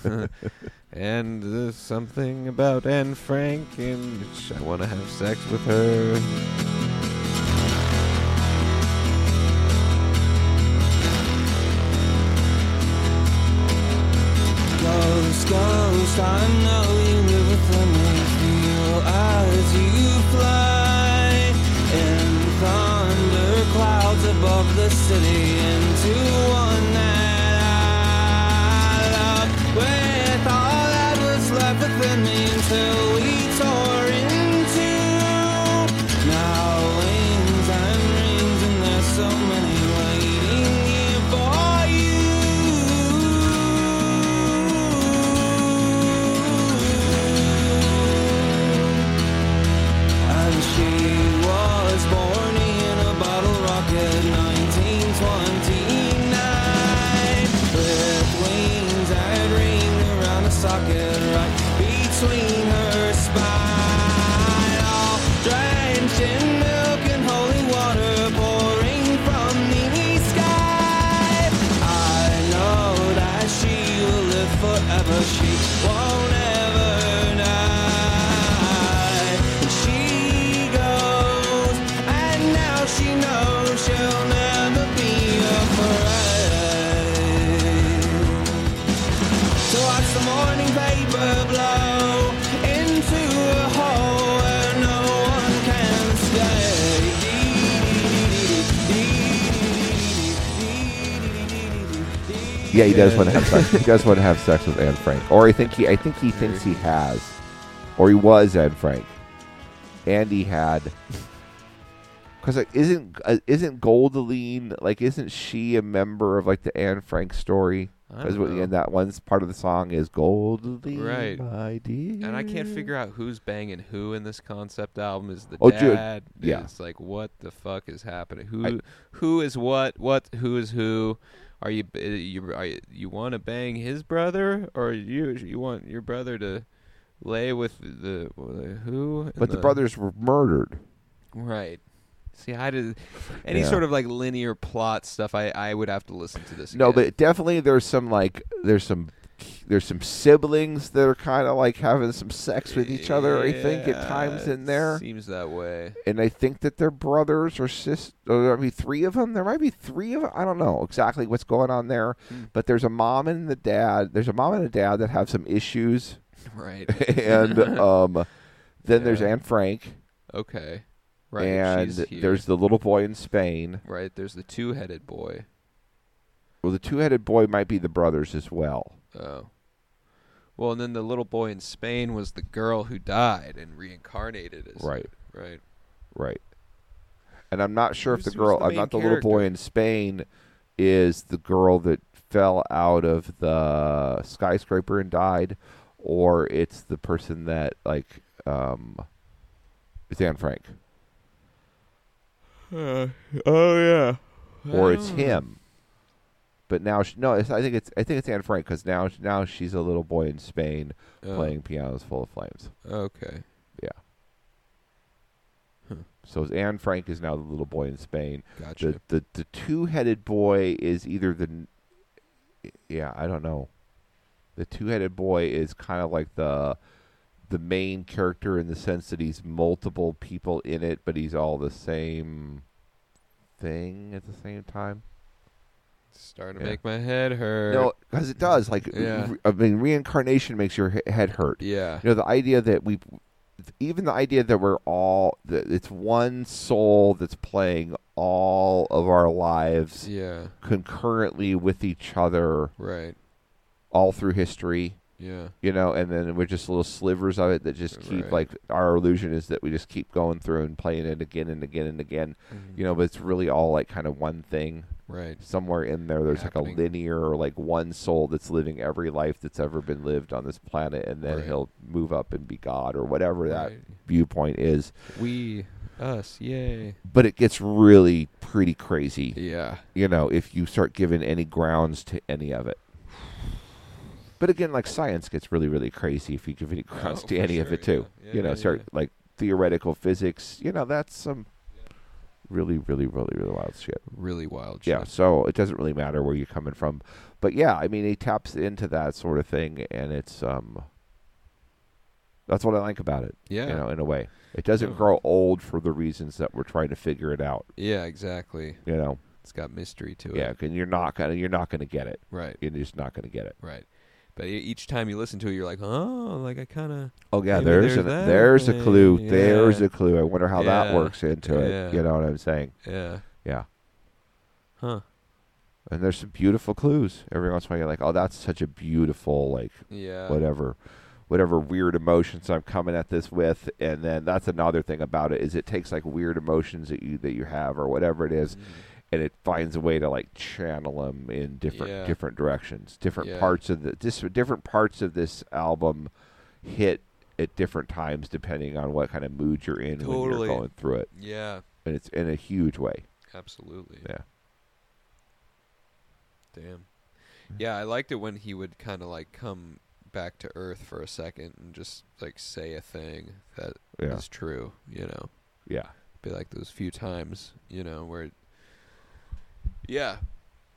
fuck. and there's something about Anne Frank, and I want to have sex with her. Ghost, ghost, I know you live within me. Feel as you fly in thunder clouds above the city into one that I love. With all that was left within me until we tore into. Now wings and rings, and there's so many waiting here for you. And she was born in a bottle rocket 1929 With wings that ring around a socket right between her spine All drenched in milk and holy water pouring from the sky I know that she will live forever She won't ever die And she goes And now she knows she'll never be afraid to watch the morning paper blow into a hole where no one can stay. Yeah, he does want to have sex. He does want to have sex with Anne Frank, or I think he, I think he thinks he has, or he was Anne Frank, and he had. Because like, isn't uh, isn't Goldaline like isn't she a member of like the Anne Frank story? I Because don't know. in that one's part of the song is Goldaline, Right. My dear. And I can't figure out who's banging who in this concept album. Is the Oh, dude, dad? yeah. It's like what the fuck is happening? Who I- who is what? What who is who? Are you b- you are you, you want to bang his brother or you you want your brother to lay with the, the who? and But the brothers were murdered. right. See, I did any Yeah. sort of like linear plot stuff. I I would have to listen to this. No, again. but definitely there's some like there's some there's some siblings that are kind of like having some sex with each other. I think at Yeah, times it in there, seems that way. and I think that they're brothers or sis. Or there might be three of them. There might be three of. I don't know exactly what's going on there, Hmm. but there's a mom and the dad. There's a mom and a dad that have some issues, Right. and um, then there's Yeah. Anne Frank, Okay. Right. and she's here. there's the little boy in Spain. Right, there's the two-headed boy. Well, the two-headed boy might be the brothers as well. Oh. Well, Well, and then the little boy in Spain was the girl who died and reincarnated as Right. right. Right. And I'm not sure Who's- if the who's girl, the I'm main not the little boy character? in Spain, is the girl that fell out of the skyscraper and died, or it's the person that like, um, it's Anne Frank, oh yeah. or Oh. it's him. But now, she, no, it's, I think it's I think it's Anne Frank because now now she's a little boy in Spain Oh. playing pianos full of flames. Okay. So Anne Frank is now the little boy in Spain. Gotcha. the the, the two headed boy is either the n- yeah I don't know the two headed boy is kind of like the the main character in the sense that he's multiple people in it but he's all the same thing at the same time Starting to yeah. make my head hurt. no because it does like Yeah. re- I mean reincarnation makes your he- head hurt Yeah. you know the idea that we even the idea that we're all that it's one soul that's playing all of our lives Yeah. concurrently with each other Right. all through history, Yeah. you know, and then we're just little slivers of it that just keep Right. like our illusion is that we just keep going through and playing it again and again and again, you know, but it's really all like kind of one thing. Right. Somewhere in there, there's like Happening. a linear or like one soul that's living every life that's ever been lived on this planet, and then Right. he'll move up and be God or whatever that Right. viewpoint is. We us. Yay. But it gets really pretty crazy Yeah. you know, if you start giving any grounds to any of it. But again, like science gets really, really crazy if you give any grounds Oh, to for any of sure, it too. yeah. Yeah, you know, yeah, start like theoretical physics. You know, that's some really, really, really, really wild shit. Really wild. Yeah. shit. So it doesn't really matter where you're coming from, but yeah, I mean, he taps into that sort of thing, and it's um, that's what I like about it. Yeah. You know, in a way, it doesn't Yeah. grow old for the reasons that we're trying to figure it out. Yeah. Exactly. You know, It's got mystery to it. yeah, and you're not gonna you're not gonna get it. Right. you're just not going to get it. Right. But e- each time you listen to it, you're like, oh, like I kind of. Oh yeah, Maybe there's there's an, that there's a clue. thing, There's yeah. a clue. I wonder how that Yeah, works into it. yeah. You know what I'm saying? Yeah. Yeah. Huh. And there's some beautiful clues. Every once in a while, you're like, oh, that's such a beautiful like Yeah. whatever, whatever weird emotions I'm coming at this with. And then that's another thing about it is it takes like weird emotions that you that you have or whatever it Mm-hmm. is, and it finds a way to like channel them in different Yeah. different directions, different Yeah. parts of the this different parts of this album hit at different times depending on what kind of mood you're in when you're Totally. going through it, Yeah. and it's in a huge way. Absolutely. Yeah. Damn. Yeah, I liked it when he would kind of like come back to earth for a second and just like say a thing that is Yeah, true, you know. yeah, Be like those few times, you know, where it, Yeah.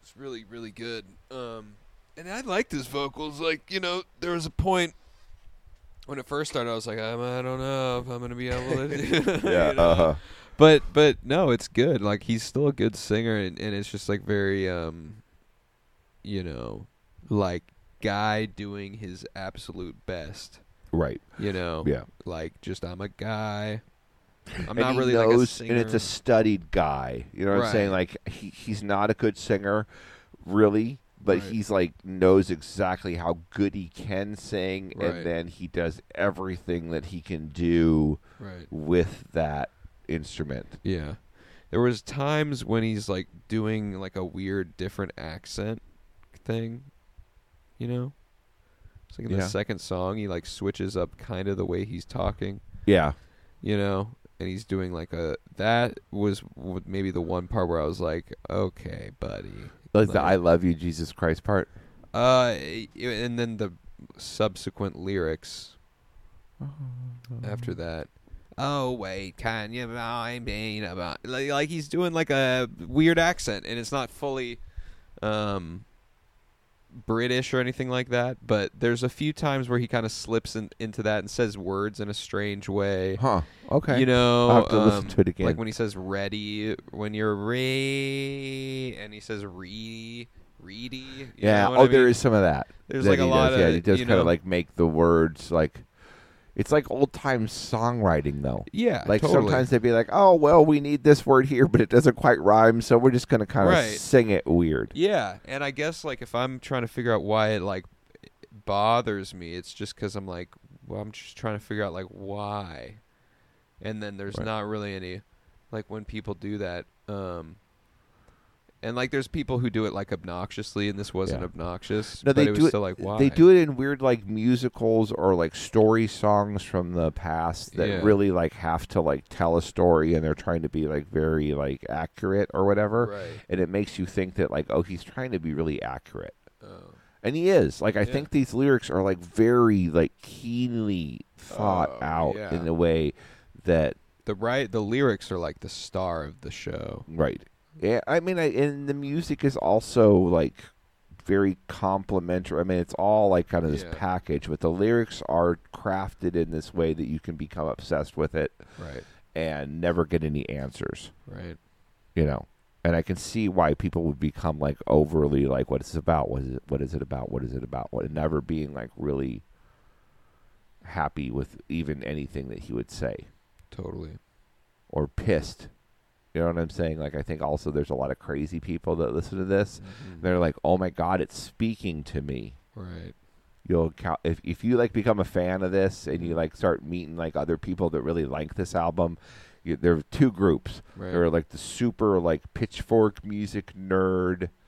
It's really really good. Um and I liked his vocals like, you know, there was a point when it first started I was like, I'm, I don't know if I'm going to be able to do yeah. Uh huh. but but no, it's good. Like he's still a good singer, and, and it's just like very um, you know, like guy doing his absolute best. Right. You know, Yeah. like just I'm a guy. I'm And not he really like a knows- singer. And it's a studied guy. You know what I'm Right. saying? Like he, he's not a good singer, really, but Right. he's like knows exactly how good he can sing, Right. and then he does everything that he can do right. with that instrument. Yeah, there was times when he's like doing like a weird different accent thing. You know, it's like in Yeah. the second song, he like switches up kind of the way he's talking. Yeah. you know and he's doing like a that was w- maybe the one part where i was like okay buddy Like the Like- "I love you, Jesus Christ" part. uh y- and then the subsequent lyrics after that oh wait can you mind me about like, like he's doing like a weird accent and it's not fully um british or anything like that but there's a few times where he kind of slips in, into that and says words in a strange way Huh. Okay. You know, I'll have to listen um, to it again. Like when he says ready, when you're re, and he says reedy, reedy. you yeah. know what Oh, I there mean? is some of that. There's that like a he lot does. Yeah, of, he does you kind know- of like make the words like. It's like old time songwriting, though. Yeah, Like totally. sometimes they'd be like, "Oh well, we need this word here, but it doesn't quite rhyme, so we're just gonna kind of Right. sing it weird." Yeah, and I guess like if I'm trying to figure out why it like bothers me. It's just because I'm like, well, I'm just trying to figure out like why, and then there's Right. not really any, like when people do that, um, and like there's people who do it like obnoxiously, and this wasn't Yeah. obnoxious. No, but they it was do it. still like why They do it in weird like musicals or like story songs from the past that Yeah. really like have to like tell a story and they're trying to be like very like accurate or whatever. Right. And it makes you think that like oh he's trying to be really accurate. Oh. And he is. Like I Yeah. think these lyrics are like very like keenly thought Oh, out yeah. in a way that The right the lyrics are like the star of the show. Right. Yeah, I mean, I, and the music is also like very complimentary. I mean, it's all like kind of this Yeah. package, but the lyrics are crafted in this way that you can become obsessed with it Right. and never get any answers. Right. You know, and I can see why people would become like overly like, "What is this about? What is it? What is it about? What is it about?" What and never being like really happy with even anything that he would say Totally. or pissed. You know what I'm saying? Like I think also there's a lot of crazy people that listen to this. Mm-hmm. They're like, "Oh my god, it's speaking to me." Right. You'll count if if you like become a fan of this and you like start meeting like other people that really like this album. You, there are two groups. Right. There are like the super like pitchfork music nerd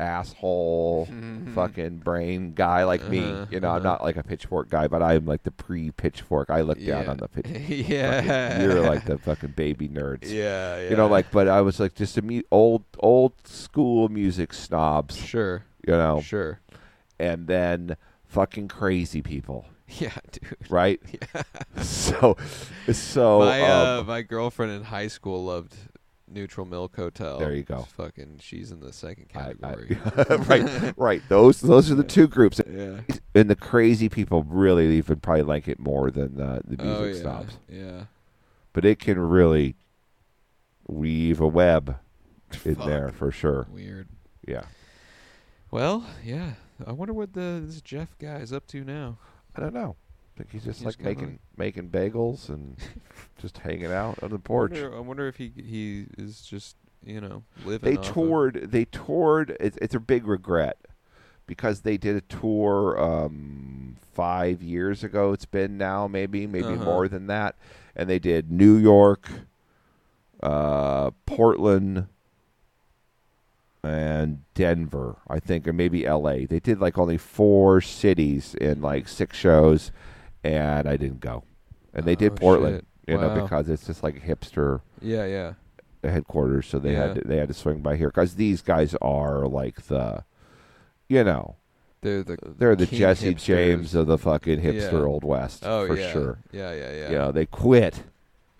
asshole fucking brain guy like me. Uh-huh, You know, I'm uh-huh. not like a pitchfork guy, but I'm like the pre pitchfork. I look down Yeah. on the pitchfork. yeah. You're like the fucking baby nerds Yeah, yeah. you know like but i was like just a mu- old old school music snobs sure. you know Sure. and then fucking crazy people Yeah, dude. right so so my uh, um, my girlfriend in high school loved Neutral Milk Hotel. There you go. Fucking, she's in the second I- I- uh, category. right right those those are the two groups yeah. and the crazy people really even probably like it more than the, the music Oh yeah. snobs Yeah. but it can really weave a web in Fuck. there for sure Weird. yeah Well, yeah. I wonder what the this Jeff guy is up to now. I don't know. I think he's just He's like kinda- making making bagels and just hanging out on the porch. I wonder, I wonder if he he is just you know living. They off of- toured. They toured. It's, it's a big regret because they did a tour um, five years ago. It's been now maybe maybe Uh-huh. more than that, and they did New York, uh, Portland. And Denver, I think, or maybe L.A. They did like only four cities in like six shows, and I didn't go. And they did Oh, Portland, shit. you know, Wow. because it's just like hipster yeah, yeah. the headquarters, so they had Yeah. to, they had to swing by here because these guys are like the, you know, They're the Uh, they're the King Jesse hipsters. James of the fucking hipster Yeah. old west oh for yeah. sure. Yeah, yeah, yeah. You know, they quit,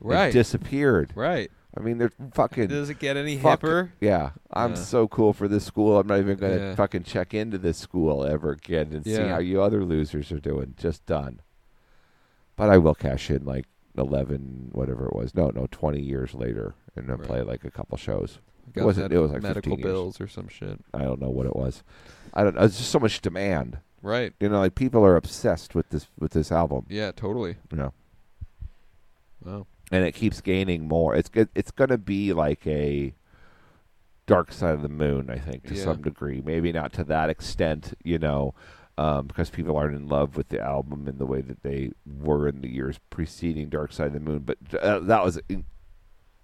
They Right. disappeared. right. I mean, they're fucking. Does it get any fuck- hipper? Yeah, I'm Yeah. so cool for this school. I'm not even gonna Yeah. fucking check into this school ever again and see Yeah. how you other losers are doing. Just done. But I will cash in like eleven, whatever it was. No, no, twenty years later, and then Right. play like a couple shows. Got wasn't- med- it was like medical 15 years. bills or some shit. I don't know what it was. I don't. It's just so much demand. Right. You know, like people are obsessed with this with this album. Yeah, totally. You know, Wow. and it keeps gaining more. It's go- it's going to be like a Dark Side of the Moon, I think, to Yeah. some degree. Maybe not to that extent, you know, um, because people aren't in love with the album in the way that they were in the years preceding Dark Side of the Moon. But uh, that was in-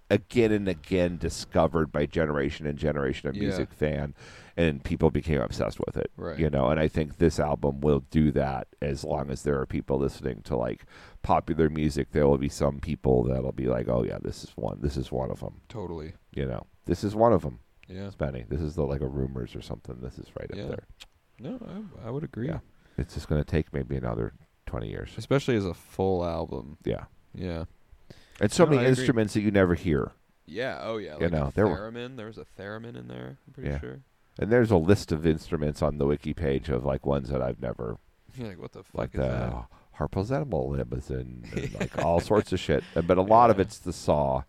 again and again discovered by generation and generation of Yeah. music fan, and people became obsessed with it. Right. You know, and I think this album will do that as long as there are people listening to like popular music. There will be some people that'll be like, "Oh yeah, this is one. This is one of them." Totally. You know, this is one of them. Yeah. Benny, this is the like a rumors or something. This is right Yeah. up there. No, I, I would agree. Yeah. It's just going to take maybe another twenty years. Especially as a full album. Yeah, Yeah. and so No, I many agree. instruments that you never hear. Yeah. Oh yeah. You know, a there were- theremin. There was a theremin in there. I'm pretty Yeah. sure. And there's a list of instruments on the wiki page of like ones that I've never You're like, what the fuck like uh, is that? the Harpo's animal limbs and, and like all sorts of shit. Uh, But a lot of Yeah. it's the saw.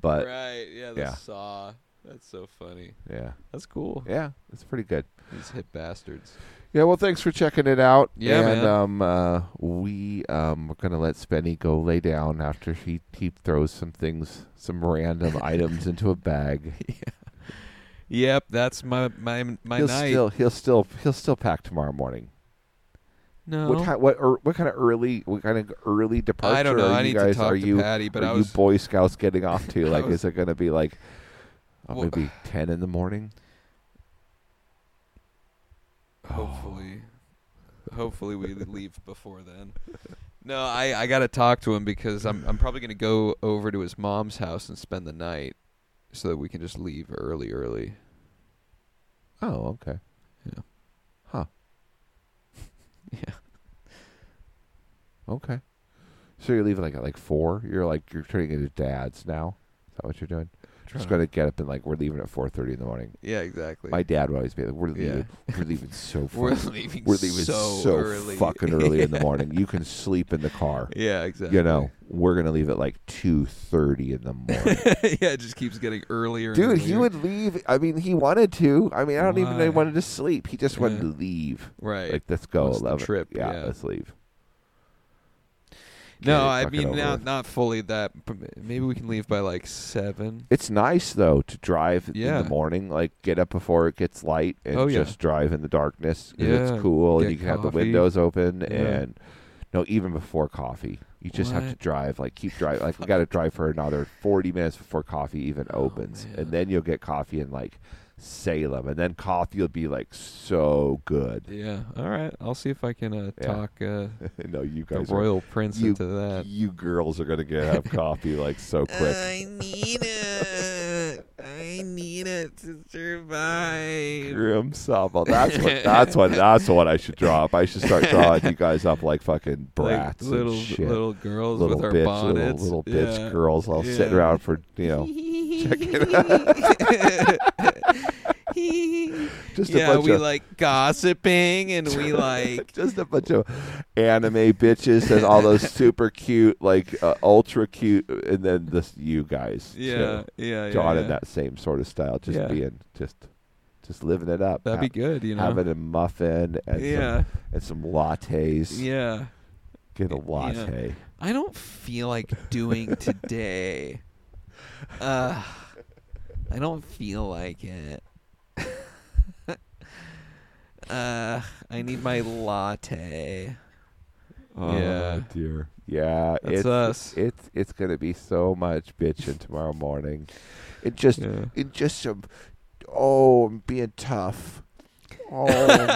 But right. Yeah. The yeah. saw. That's so funny. yeah, That's cool. yeah, it's pretty good. These hip bastards. Yeah, well, thanks for checking it out. Yeah, and, man. um, uh, we um, are gonna let Spenny go lay down after he he throws some things, some random items into a bag. Yep. That's my my my he'll night. still he'll still he'll still pack tomorrow morning. No. What kind? What? Or, what kind of early? What kind of early departure? I don't know. Are I you need guys, to talk are to you, Patty, but are I you was Boy Scouts getting off to? Like, was- is it going to be like, oh, Well- maybe ten in the morning? hopefully, hopefully we leave before then. No, I, I gotta talk to him because I'm I'm probably gonna go over to his mom's house and spend the night, so that we can just leave early, early. Oh, okay. Yeah. Huh. Yeah. Okay. So you're leaving like at like four. You're like you're turning into dads now. Is that what you're doing? Just going to get up and like we're leaving at four thirty in the morning. Yeah, exactly. My dad would always be like, "We're leaving. We're leaving so We're fucking. leaving. We're leaving so, so, early. fucking early in the morning. You can sleep in the car. Yeah, exactly. You know, we're gonna leave at like two thirty in the morning." yeah, it just keeps getting earlier. and Dude, he earlier. would leave. I mean, he wanted to. I mean, I don't even know he Why? wanted to sleep. He just wanted Yeah. to leave. right. Like, let's go. What's the 11. trip? Yeah, Yeah. let's leave. Get no, it I fucking mean over not with. not fully that. but Maybe we can leave by like seven. It's nice though to drive in Yeah. the morning, like get up before it gets light and Oh, yeah. just drive in the darkness. 'cause Yeah, It's cool get and you can have the coffee. windows open Yeah. and no, even before coffee. You just have to What? drive, like keep driving. Like we got to drive for another forty minutes before coffee even Oh, opens, man. and then you'll get coffee in like Salem, and then coffee will be like so good. Yeah. All right. I'll see if I can uh, Yeah. talk uh, no, you the guys, royal prince you- into are, that. you girls are gonna get have coffee like so quick. need it. I need it to survive. Grim Sabo. That's what. That's what. That's what I should draw up. I should start drawing you guys up like fucking brats, like little and shit. little girls Little with our bitch, bonnets. little, little bitch Yeah. girls all sitting Yeah. around for you know just a yeah, bunch we of like gossiping and we like just a bunch of anime bitches and all those super cute like uh, ultra cute and then this you guys yeah, yeah, yeah. too, drawn yeah. in that same sort of style just Yeah. being just just living it up That'd be good, you know. having a muffin and some, yeah. and some lattes Yeah. get a Yeah. latte I don't feel like doing today. Uh, I don't feel like it. uh, I need my latte. Oh Yeah. dear. Yeah, That's it's us. it's it's gonna be so much bitching tomorrow morning. It just Yeah. it just some oh I'm being tough. Oh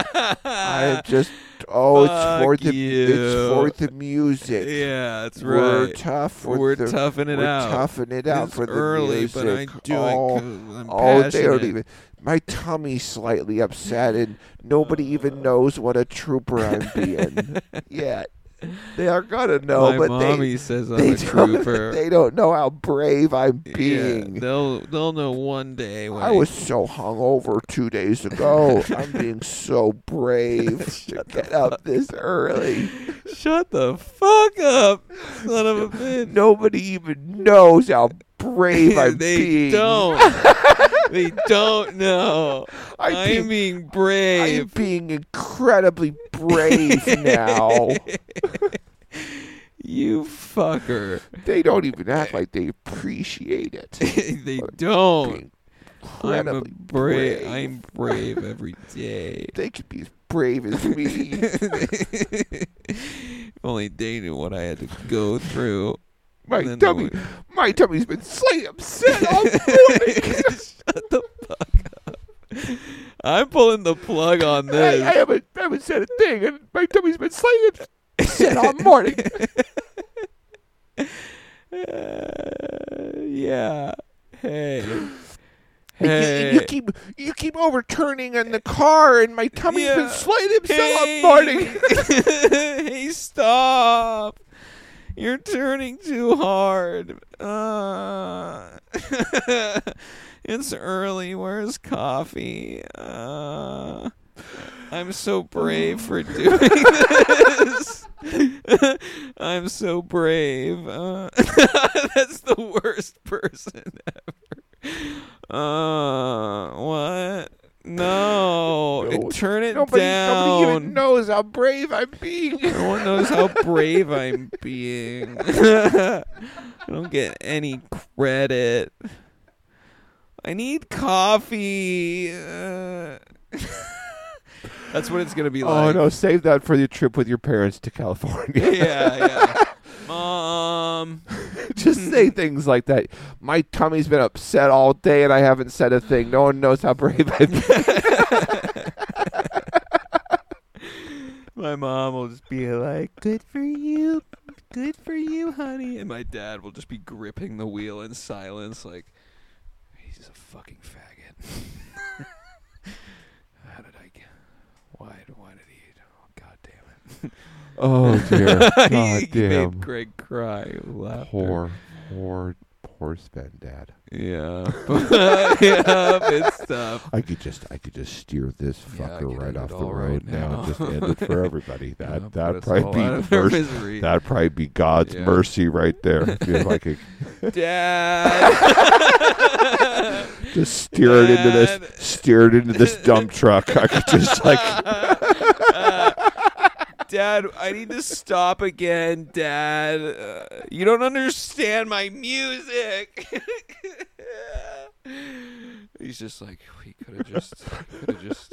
I'm just oh it's for Fuck the you. it's for the music. yeah, that's We're right. tough for We're the, toughing it we're out. toughing it out It's for the early, music. but I do oh, it 'cause I'm Oh, they passionate. don't even. My tummy's slightly upset, and nobody even knows what a trooper I'm being yet. They are gonna know, My but mommy they says I'm they a don't, trooper. they don't know how brave I'm Yeah, being. they'll they'll know one day when I was so hungover two days ago. I'm being so brave to get up this early. Shut the fuck up, son of a bitch. Nobody even knows how brave I'm they being. don't. they don't know. I'm I'm, being- being I'm brave. being incredibly brave now. you fucker. They don't even act like they appreciate it. they don't. Being I'm a incredibly brave. brave. I'm brave every day. They could be as brave as me. If Only they knew what I had to go through. My And then tummy, the- my tummy's been slightly upset all morning. Shut the fuck up. I'm pulling the plug on I, this. I haven't, I haven't said a thing, and my tummy's been slightly upset all morning. Uh, yeah. Hey. And you- Hey. and you, keep, you keep overturning in the car, and my tummy's Yeah. been slightly upset all hey. morning. hey, stop. You're turning too hard. Uh, it's early. Where's coffee? Uh, I'm so brave for doing this. I'm so brave. Uh, that's the worst person ever. Uh, what? No, No, turn it Nobody, down. nobody even knows how brave I'm being. No one knows how brave I'm being. I don't get any credit. I need coffee. Uh, That's what it's gonna be Oh like. no, save that for your trip with your parents to California. Yeah, yeah. Mom. Just say things like that. My tummy's been upset all day and I haven't said a thing. No one knows how brave I've been. My mom will just be like, "Good for you, good for you, honey," and my dad will just be gripping the wheel in silence, like he's a fucking faggot. How did I get? Why? Why did he? Oh, God damn Oh dear. God it! he made damn. Greg cry. with Laughter. Poor, poor, poor Sven dad. Yeah. yeah. It's tough. I could just I could just steer this Yeah, I fucker could right end off it the all right road now and now. just end it for everybody. That Yeah, put that'd us probably all be out the of our first misery. that'd probably be God's Yeah. mercy right there. If I could Dad. just steer it into Dad. this steer it into this dump truck. I could just like Dad, I need to stop again, Dad. Uh, you don't understand my music. He's just like he could have just could have just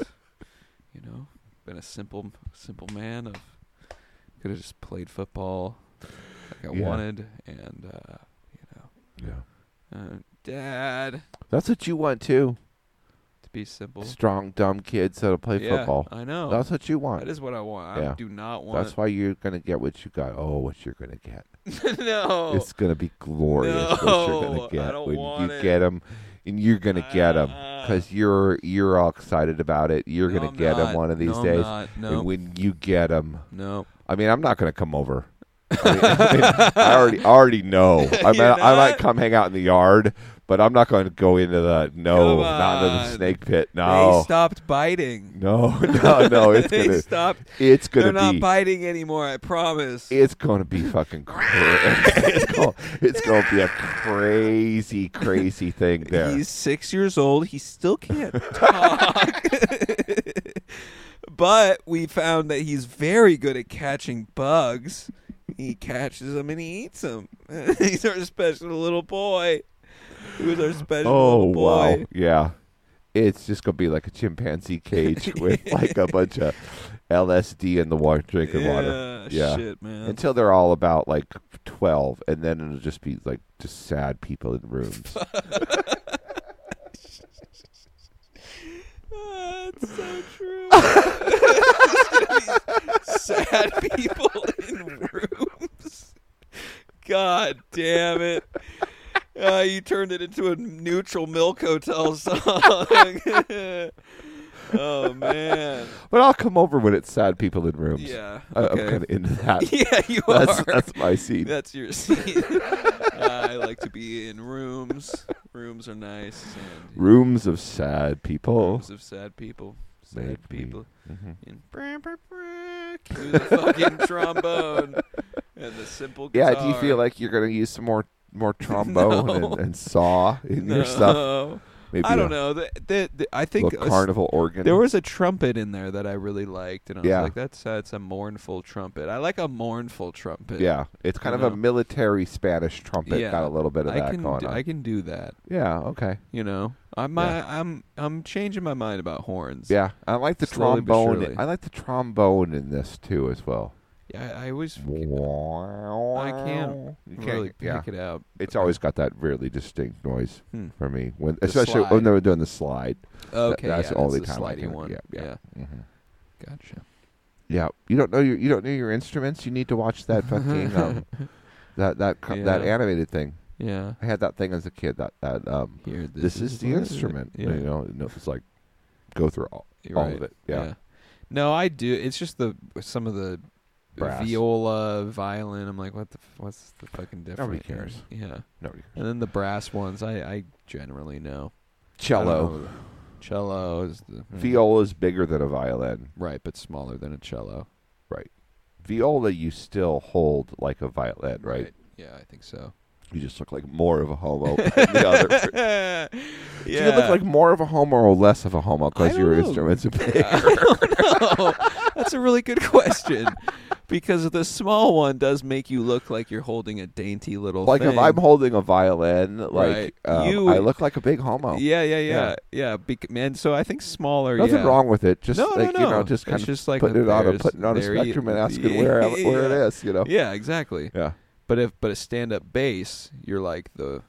you know, been a simple simple man of could have just played football like I Yeah. wanted and uh, you know, uh, Dad That's what you want too. to be simple. Strong, dumb kids that'll play Yeah, football. I know. That's what you want. that is what I want. Yeah. I do not want That's why you're gonna get what you got. Oh, what you're gonna get. No. It's gonna be glorious what you're Oh. No, gonna I get don't when want you it. Ah. get them, and you're gonna get them because you're you're all excited about it. You're No, gonna I'm get them not. one of these No, I'm days, not. and No, when you get them, no. I mean, I'm not gonna come over. I, mean, I, mean, I already I already know. I mean, You're I might not? come hang out in the yard, but I'm not going to go into the no, Come not into the on. snake pit. They No, stopped biting. no, no, no. It's they gonna stopped. it's They're gonna not be biting anymore. I promise. it's gonna be fucking crazy. it's, gonna, it's gonna be a crazy, crazy thing there. He's six years old. He still can't talk. but we found that he's very good at catching bugs. He catches them and he eats them. he's our special little boy. He was our special oh little boy. wow, yeah. It's just gonna be like a chimpanzee cage with like a bunch of LSD in the water, drinking water Yeah. Shit, man. until they're all about like twelve, and then it'll just be like just sad people in rooms. Ah, it's so true. It's gonna be sad people in rooms. God damn it. Uh, you turned it into a neutral milk hotel song. oh man. but I'll come over when it's sad people in rooms. Yeah. I, Okay. I'm kind Uh, of into that. yeah, you that's are. that's my scene. That's your scene. I like to be in rooms. Rooms are nice. And Rooms of sad people. Rooms of sad people. Sad Make me- people. Mhm. and brr, brr, brr, cue the fucking trombone and the simple Yeah, guitar. do you feel like you're gonna use some more more trombone No. and, and saw in no. your stuff? Maybe I don't a know. The, the, the, I think little a s- carnival organ. there was a trumpet in there that I really liked, and I was Yeah. like, "That's that's a mournful trumpet." I like a mournful trumpet. yeah, it's kind of a know. military Spanish trumpet. Yeah. Got a little bit of I that can going do, on. I can do that. yeah, okay. You know, I'm Yeah. I'm I'm changing my mind about horns. Yeah, I like the Slowly but trombone. surely. I like the trombone in this too as well. Yeah, I, I always I can't You can't really yeah. pick it out. It's always got that really distinct noise Hmm. for me when, The especially when slide. they were doing the slide. Okay, that's yeah, all that's the time I slidey can- one. yeah, yeah. yeah, Mhm. gotcha. Yeah, you don't know your you don't know your instruments. You need to watch that fucking um, that that co- that Yeah. animated thing. Yeah. I had that thing as a kid. That that um, Here, this, is, the what it instrument. Yeah. You know, and it was like go through all, You're all right. of it. Yeah, No, I do. It's just the some of the Brass. viola, violin. I'm like, what the f- what's the fucking difference? Nobody cares. Yeah. nobody. And then the brass ones, I I generally know. I Cello, don't know. Cello is the hmm. Mm-hmm. viola is bigger than a violin. Right, but smaller than a cello. Viola, you still hold like a violin, right? Yeah, I think so. You just look like more of a homo than the other. yeah. Do you look like more of a homo or less of a homo I because don't your know. instruments are bigger? That's a really good question. because the small one does make you look like you're holding a dainty little Like if thing. I'm holding a violin, like Right. um, You- I look like a big homo. yeah, yeah, yeah, Yeah. yeah. Bec- man, so I think smaller. Nothing yeah. wrong with it. Just No, like no, you know, no. just kind It's of just like putting it on a there's- putting on a there you- spectrum and asking where I- where it Yeah. is. You know. Yeah, exactly. Yeah. But if but a stand up bass, you're like the,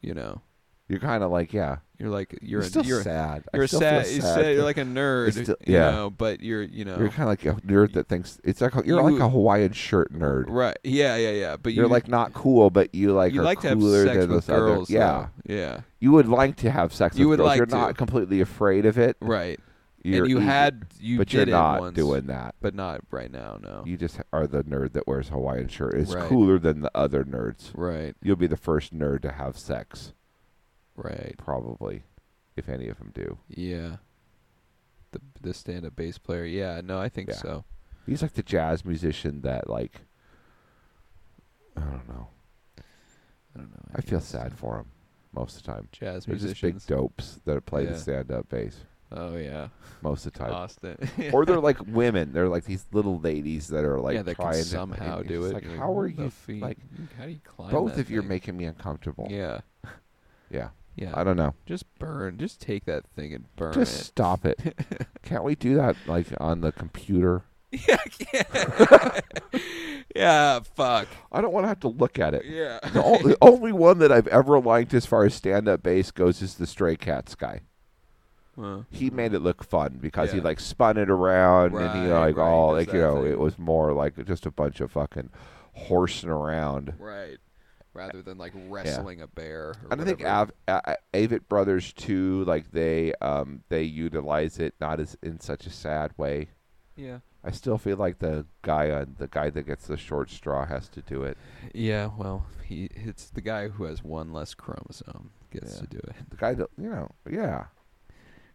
you know, You're kind of like yeah. you're like You're, you're a, still you're a- sad. I you're a still sad, feel you're sad. sad- you're like a nerd, It's still- you yeah. know, but you're you know You're kind of like a nerd that thinks it's like a, you're You- like a Hawaiian shirt nerd. right, yeah, yeah, yeah. But You're you, like not cool, but you like you are like to have cooler sex than with this other- girls, Yeah, though. yeah, you would like to have sex. You with would girls. like you're to. not completely afraid of it. right. You're, and you had you but did you're it not once, doing that. but not right now, no. You just are the nerd that wears Hawaiian shirt. It's Right. cooler than the other nerds. right, You'll be the first nerd to have sex, right, probably, if any of them do. yeah. The the stand up bass player, yeah. No, I think Yeah. so. He's like the jazz musician that like. I don't know. I don't know. I feel guess. sad for him most of the time. Jazz They're just big musicians. dopes that play Yeah. Uh, the stand-up bass oh yeah, most of the time. lost it. or they're like women. They're like these little ladies that are like yeah, that trying can to- somehow and it's do just it. Like, You're how are what the you? fee- like, how do you climb? Both that of you are thing? making me uncomfortable. Yeah, Yeah. yeah. I don't know. Just burn. Just take that thing and burn Just stop it. Can't we do that like on the computer? it. yeah, yeah. Fuck. I don't want to have to look at it. Yeah. The, o- the only one that I've ever liked as far as stand-up bass goes is the Stray Cats guy. Well, He made it look fun because he Yeah. like spun it around and he Right, like right, all there's like you that know thing. it was more like just a bunch of fucking horsing around. right. Rather than like wrestling a bear. Or And I think whatever. Av- A- A- Avett Brothers too, like they um they utilize it not as in such a sad way. Yeah. I still feel like the guy on the guy that gets the short straw has to do it. Yeah. Well, he it's the guy who has one less chromosome gets Yeah. to do it, The guy that you know, yeah.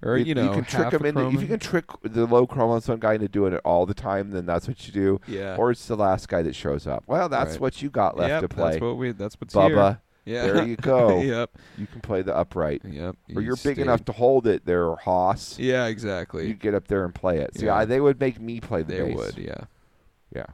or If you know, can trick half him a into if you chromo- can trick the low chromosome guy into doing it all the time, then that's what you do. yeah. Or it's the last guy that shows up. Well, that's Right. what you got left yep, to play, That's what we. That's what's Bubba. Here. Yeah. There you go. yep. You can play the upright, Yep. or you you're stayed. big enough to hold it. There, Hoss. Yeah. Exactly. You get up there and play it. So Yeah. yeah, they would make me play the they bass. would. Yeah. Yeah.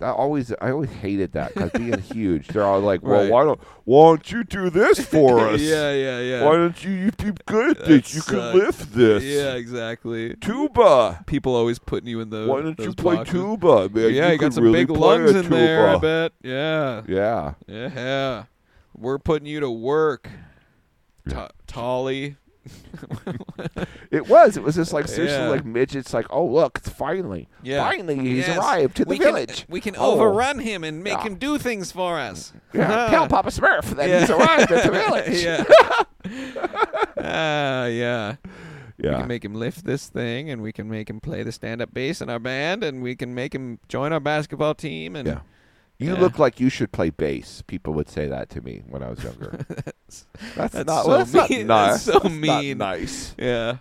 I always, I always hated that because being huge, they're all like, "Well, Right. why don't, why don't you do this for us? yeah. Yeah. Yeah. Why don't you, you be good at That this? You sucked. can lift this. Yeah, exactly. Tuba. People always putting you in the. Why don't you those play boxes. tuba? Man, yeah, you, you, got could some really big play lungs a in there. I tuba." bet. Yeah. Yeah, Yeah. We're putting you to work, Yeah. Ta Tolly. it was. It was just like seriously, Yeah. like midgets. Like, oh look, it's finally, Yeah. finally, he's Yes. arrived to the we village. Can, we can Oh. overrun him and make Yeah. him do things for us. yeah, tell Papa Smurf that he's uh, Yeah. arrived at the village. yeah. Ah, yeah. We can make him lift this thing, and we can make him play the stand-up bass in our band, and we can make him join our basketball team. And Yeah. You Yeah. look like you should play bass. People would say that to me when I was younger. that's, that's not, so well, that's not mean. nice. That's so That's not mean. nice. yeah.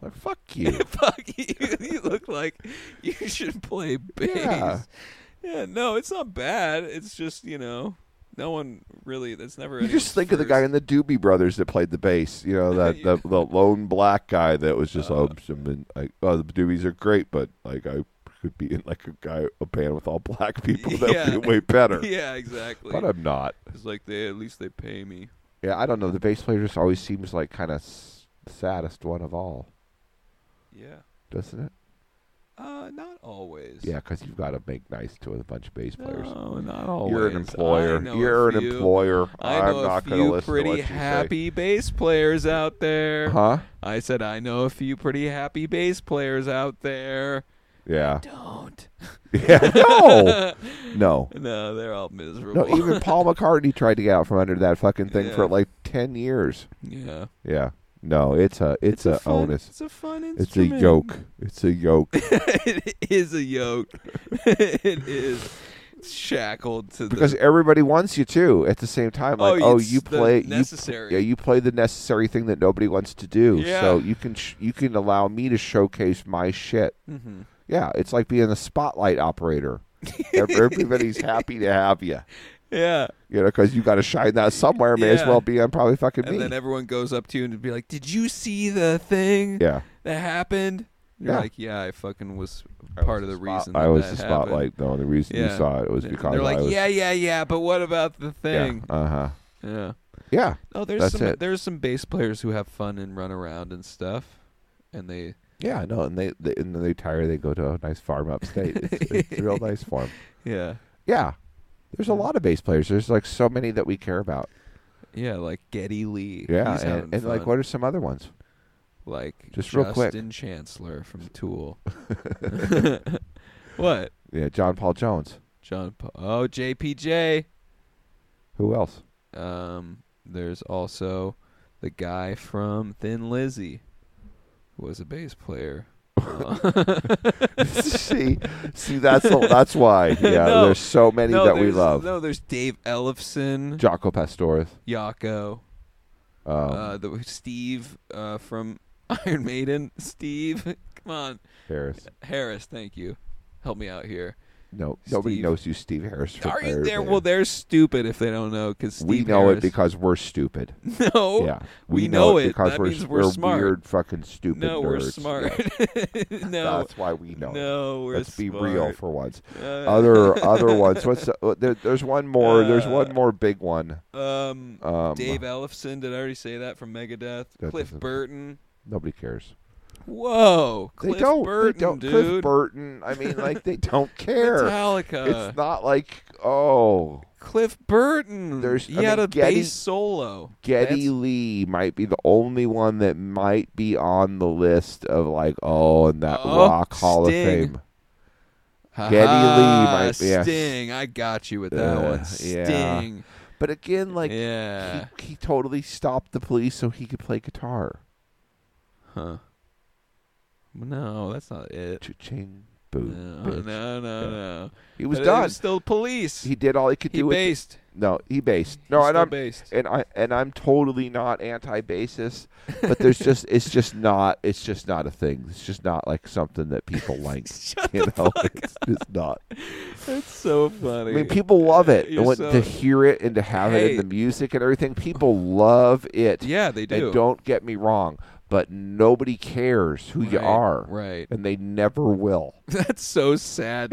Like, fuck you. Fuck you. You look like you should play bass. Yeah. Yeah. no, it's not bad. It's just, you know, no one really, that's never. you just anyone's think of the guy first- in the Doobie Brothers that played the bass. You know that the, the lone black guy that was just Uh-huh. oh, I'm in- I, oh the Doobies are great, but like I could be in like a guy a band with all black people that Yeah. would be way better. Yeah, exactly. But I'm not. It's like they, at least they pay me. Yeah, I don't know. The bass player just always seems like kind of s- saddest one of all, Yeah. doesn't it? Uh, not always. Yeah, because you've got to make nice to a bunch of bass players. No, not Uh, always. You're an I employer. know You're a an few- employer. I am not know a going to few listen pretty to what happy bass players out there. You say. Huh? I said I know a few pretty happy bass players out there. Yeah. Don't. Yeah. No. no. No, they're all miserable. No. Even Paul McCartney tried to get out from under that fucking thing for Yeah. like ten years. yeah. Yeah. No. It's a. It's, a, fun, onus. It's a fun It's a instrument. yoke. It's a yoke. it is a yoke. it is shackled to because the. everybody wants you to at the same time. Like, Oh, oh, it's you the play you- necessary. yeah, you play the necessary thing that nobody wants to do. Yeah. So you can sh- you can allow me to showcase my shit. Mhm. Yeah, it's like being a spotlight operator. Ev- Everybody's happy to have you, Yeah, you know, because you got to shine that somewhere. May as Yeah. well be on probably fucking and me. then everyone goes up to you and be like, "Did you see the thing yeah, that happened?" You're Yeah. like, yeah, I fucking was I part was of the spot- reason. I that was that the happened. spotlight, though. and The reason you Yeah. saw it was And because they're like, I was, yeah, yeah, yeah, but what about the thing? Uh huh. Yeah. Yeah. No, there's That's some it. there's some bass players who have fun and run around and stuff, and they Yeah, no, and they, they and then they retire. They go to a nice farm upstate. It's, it's real nice for 'em. yeah Yeah, there's a lot of bass players. There's like so many that we care about. yeah like Getty Lee. Yeah, He's having and, and like fun. what are some other ones? like Just real quick. Justin Chancellor from Tool. what Yeah, John Paul Jones. John? Pa- oh, JPJ. Who else? Um, there's also the guy from Thin Lizzy, who was a bass player. see, see, that's the- that's why. Yeah, No. there's so many no, that we there's- love. No, there's Dave Ellefson, Jaco Pastorius. Yako, Um, uh, the Steve uh, from Iron Maiden. Steve, come on, Harris. Harris. Thank you. Help me out here. No, nobody Steve. knows who Steve Harris. from Are you Iron there? Maiden. Well, they're stupid if they don't know because we know it because we're stupid. no, yeah, Oh, we know it. because That we're, means we're we're smart. weird, fucking stupid. no, we're nerds. smart. Yeah. no, That's why we know. it. no, we're Let's be real smart. for once. Uh, Other other ones. What's the, uh, there, there's one more. there's one more big one. um, Um, Uh, Dave Ellefson. Did I already say that from Megadeth? That Cliff doesn't- Burton. Nobody cares. Whoa, Cliff they don't. Burton, they don't. dude. Cliff Burton. I mean, like they don't care. Metallica. It's not like oh, Cliff Burton. There's- Mm, he I had mean, a Getty- bass solo. Getty That's- Lee might be the only one that might be on the list of like oh, and that Oh, Rock Hall of Sting. Fame. Geddy Lee might- Ha-ha, yeah. Sting. I got you with that Uh, one. yeah. Sting. But again, like Yeah. he, he totally stopped the police so he could play guitar. Huh. No, that's not it. Cha-ching, boom. No, bitch. no, no, Yeah. no. He was But It done. was still police. he did all he could He do. with based. No, he based. No, He's and still I'm based. and I and I'm totally not anti-bassist, but there's just it's just not it's just not a thing. It's just not like something that people like. Shut you know, it's just not. That's so funny. I mean, people love it. You're And when- so- to hear it and to have it Hey. in the music and everything. People love it. yeah, they do. And don't get me wrong, but nobody cares who you Right, are, Right. and they never will. That's so sad.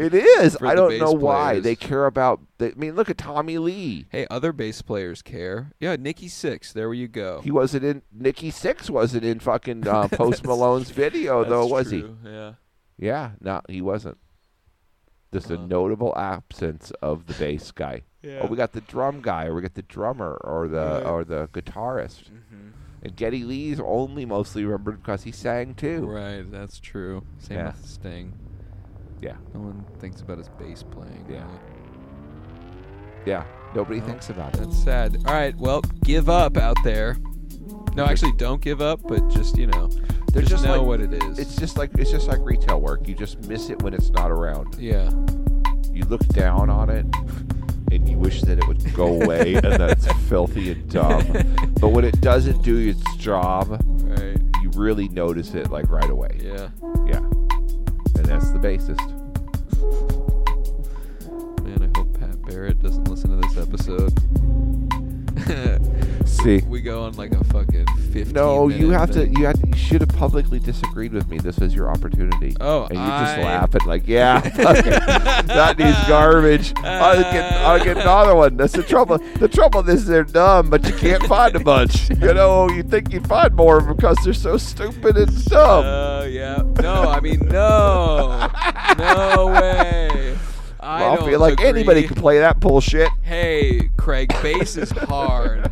It is. For I the don't bass know why players. they care about. They, I mean, look at Tommy Lee. Hey, other bass players care. Yeah, Nikki Six. There you go. He wasn't in. Nikki Six wasn't in fucking uh, Post Malone's video, though, was he? Yeah. he? Yeah, no, he wasn't. Just a Uh-huh. notable absence of the bass guy. Yeah. Oh, we got the drum guy, or we got the drummer, or the Right. or the guitarist. Mhm. And Getty Lee's only mostly remembered because he sang too. Right, that's true. Same Oh, Yeah. with Sting. Yeah. No one thinks about his bass playing. Yeah. really. Yeah, nobody thinks about it. That's sad. All right, well, give up out there. No, actually, don't give up, but just, you know, They're just, just know like- what it is. It's just like it's just like retail work. You just miss it when it's not around. yeah. you look down on it and you wish that it would go away and that it's filthy and dumb. But when it doesn't do its job, Right. you really notice it like right away. Yeah. Yeah. And that's the bassist. Man, I hope Pat Barrett doesn't listen to this episode. See. we go on like a fucking 15 No, you minute have to. thing. You have. You should have publicly disagreed with me. This was your opportunity. Oh, and you just I- laughing like, yeah, fuck it. that needs garbage. I'll get. Uh. I'll get another one. That's the trouble. The trouble is they're dumb, but you can't find a bunch. You know, you think you find more because they're so stupid and dumb. Oh yeah. No, I mean no. no way. I Well, I, don't feel like agree. anybody can play that bullshit. Hey, Craig, bass is hard.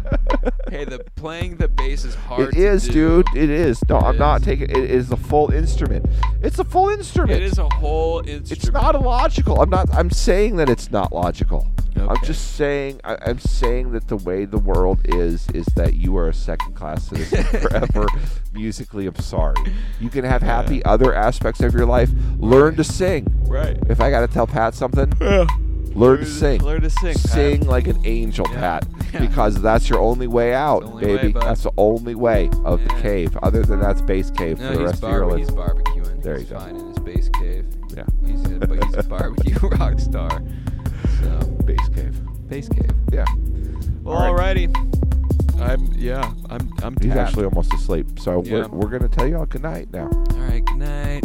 hey, the playing the bass is hard. It to is, do. dude. It is. No, I'm is. not taking. It is a full instrument. It's a full instrument. It is a whole instrument. It's not illogical. I'm not. I'm saying that it's not logical. I'm Okay. just saying. I, I'm saying that the way the world is is that you are a second class citizen forever. Musically, I'm sorry. You can have happy other aspects of your life. Learn to sing. right. If I gotta tell Pat something, learn to sing. Learn to sing. Pat. Sing like an angel, Yeah. Pat, Yeah. because that's your only way out, It's the only baby. way, bud. that's the only way of the Yeah. cave. Other than that's base cave No, for the he's, rest of your bar- life. he's barbecuing. There he's you go. fine in his bass cave. Yeah, He's a, but he's a barbecue rock star. So base cave. bass cave. Yeah. Well, All alrighty. I'm yeah. I'm I'm He's tapped. actually almost asleep. So Yeah. we're, we're going to tell y'all good night now. All right, good night.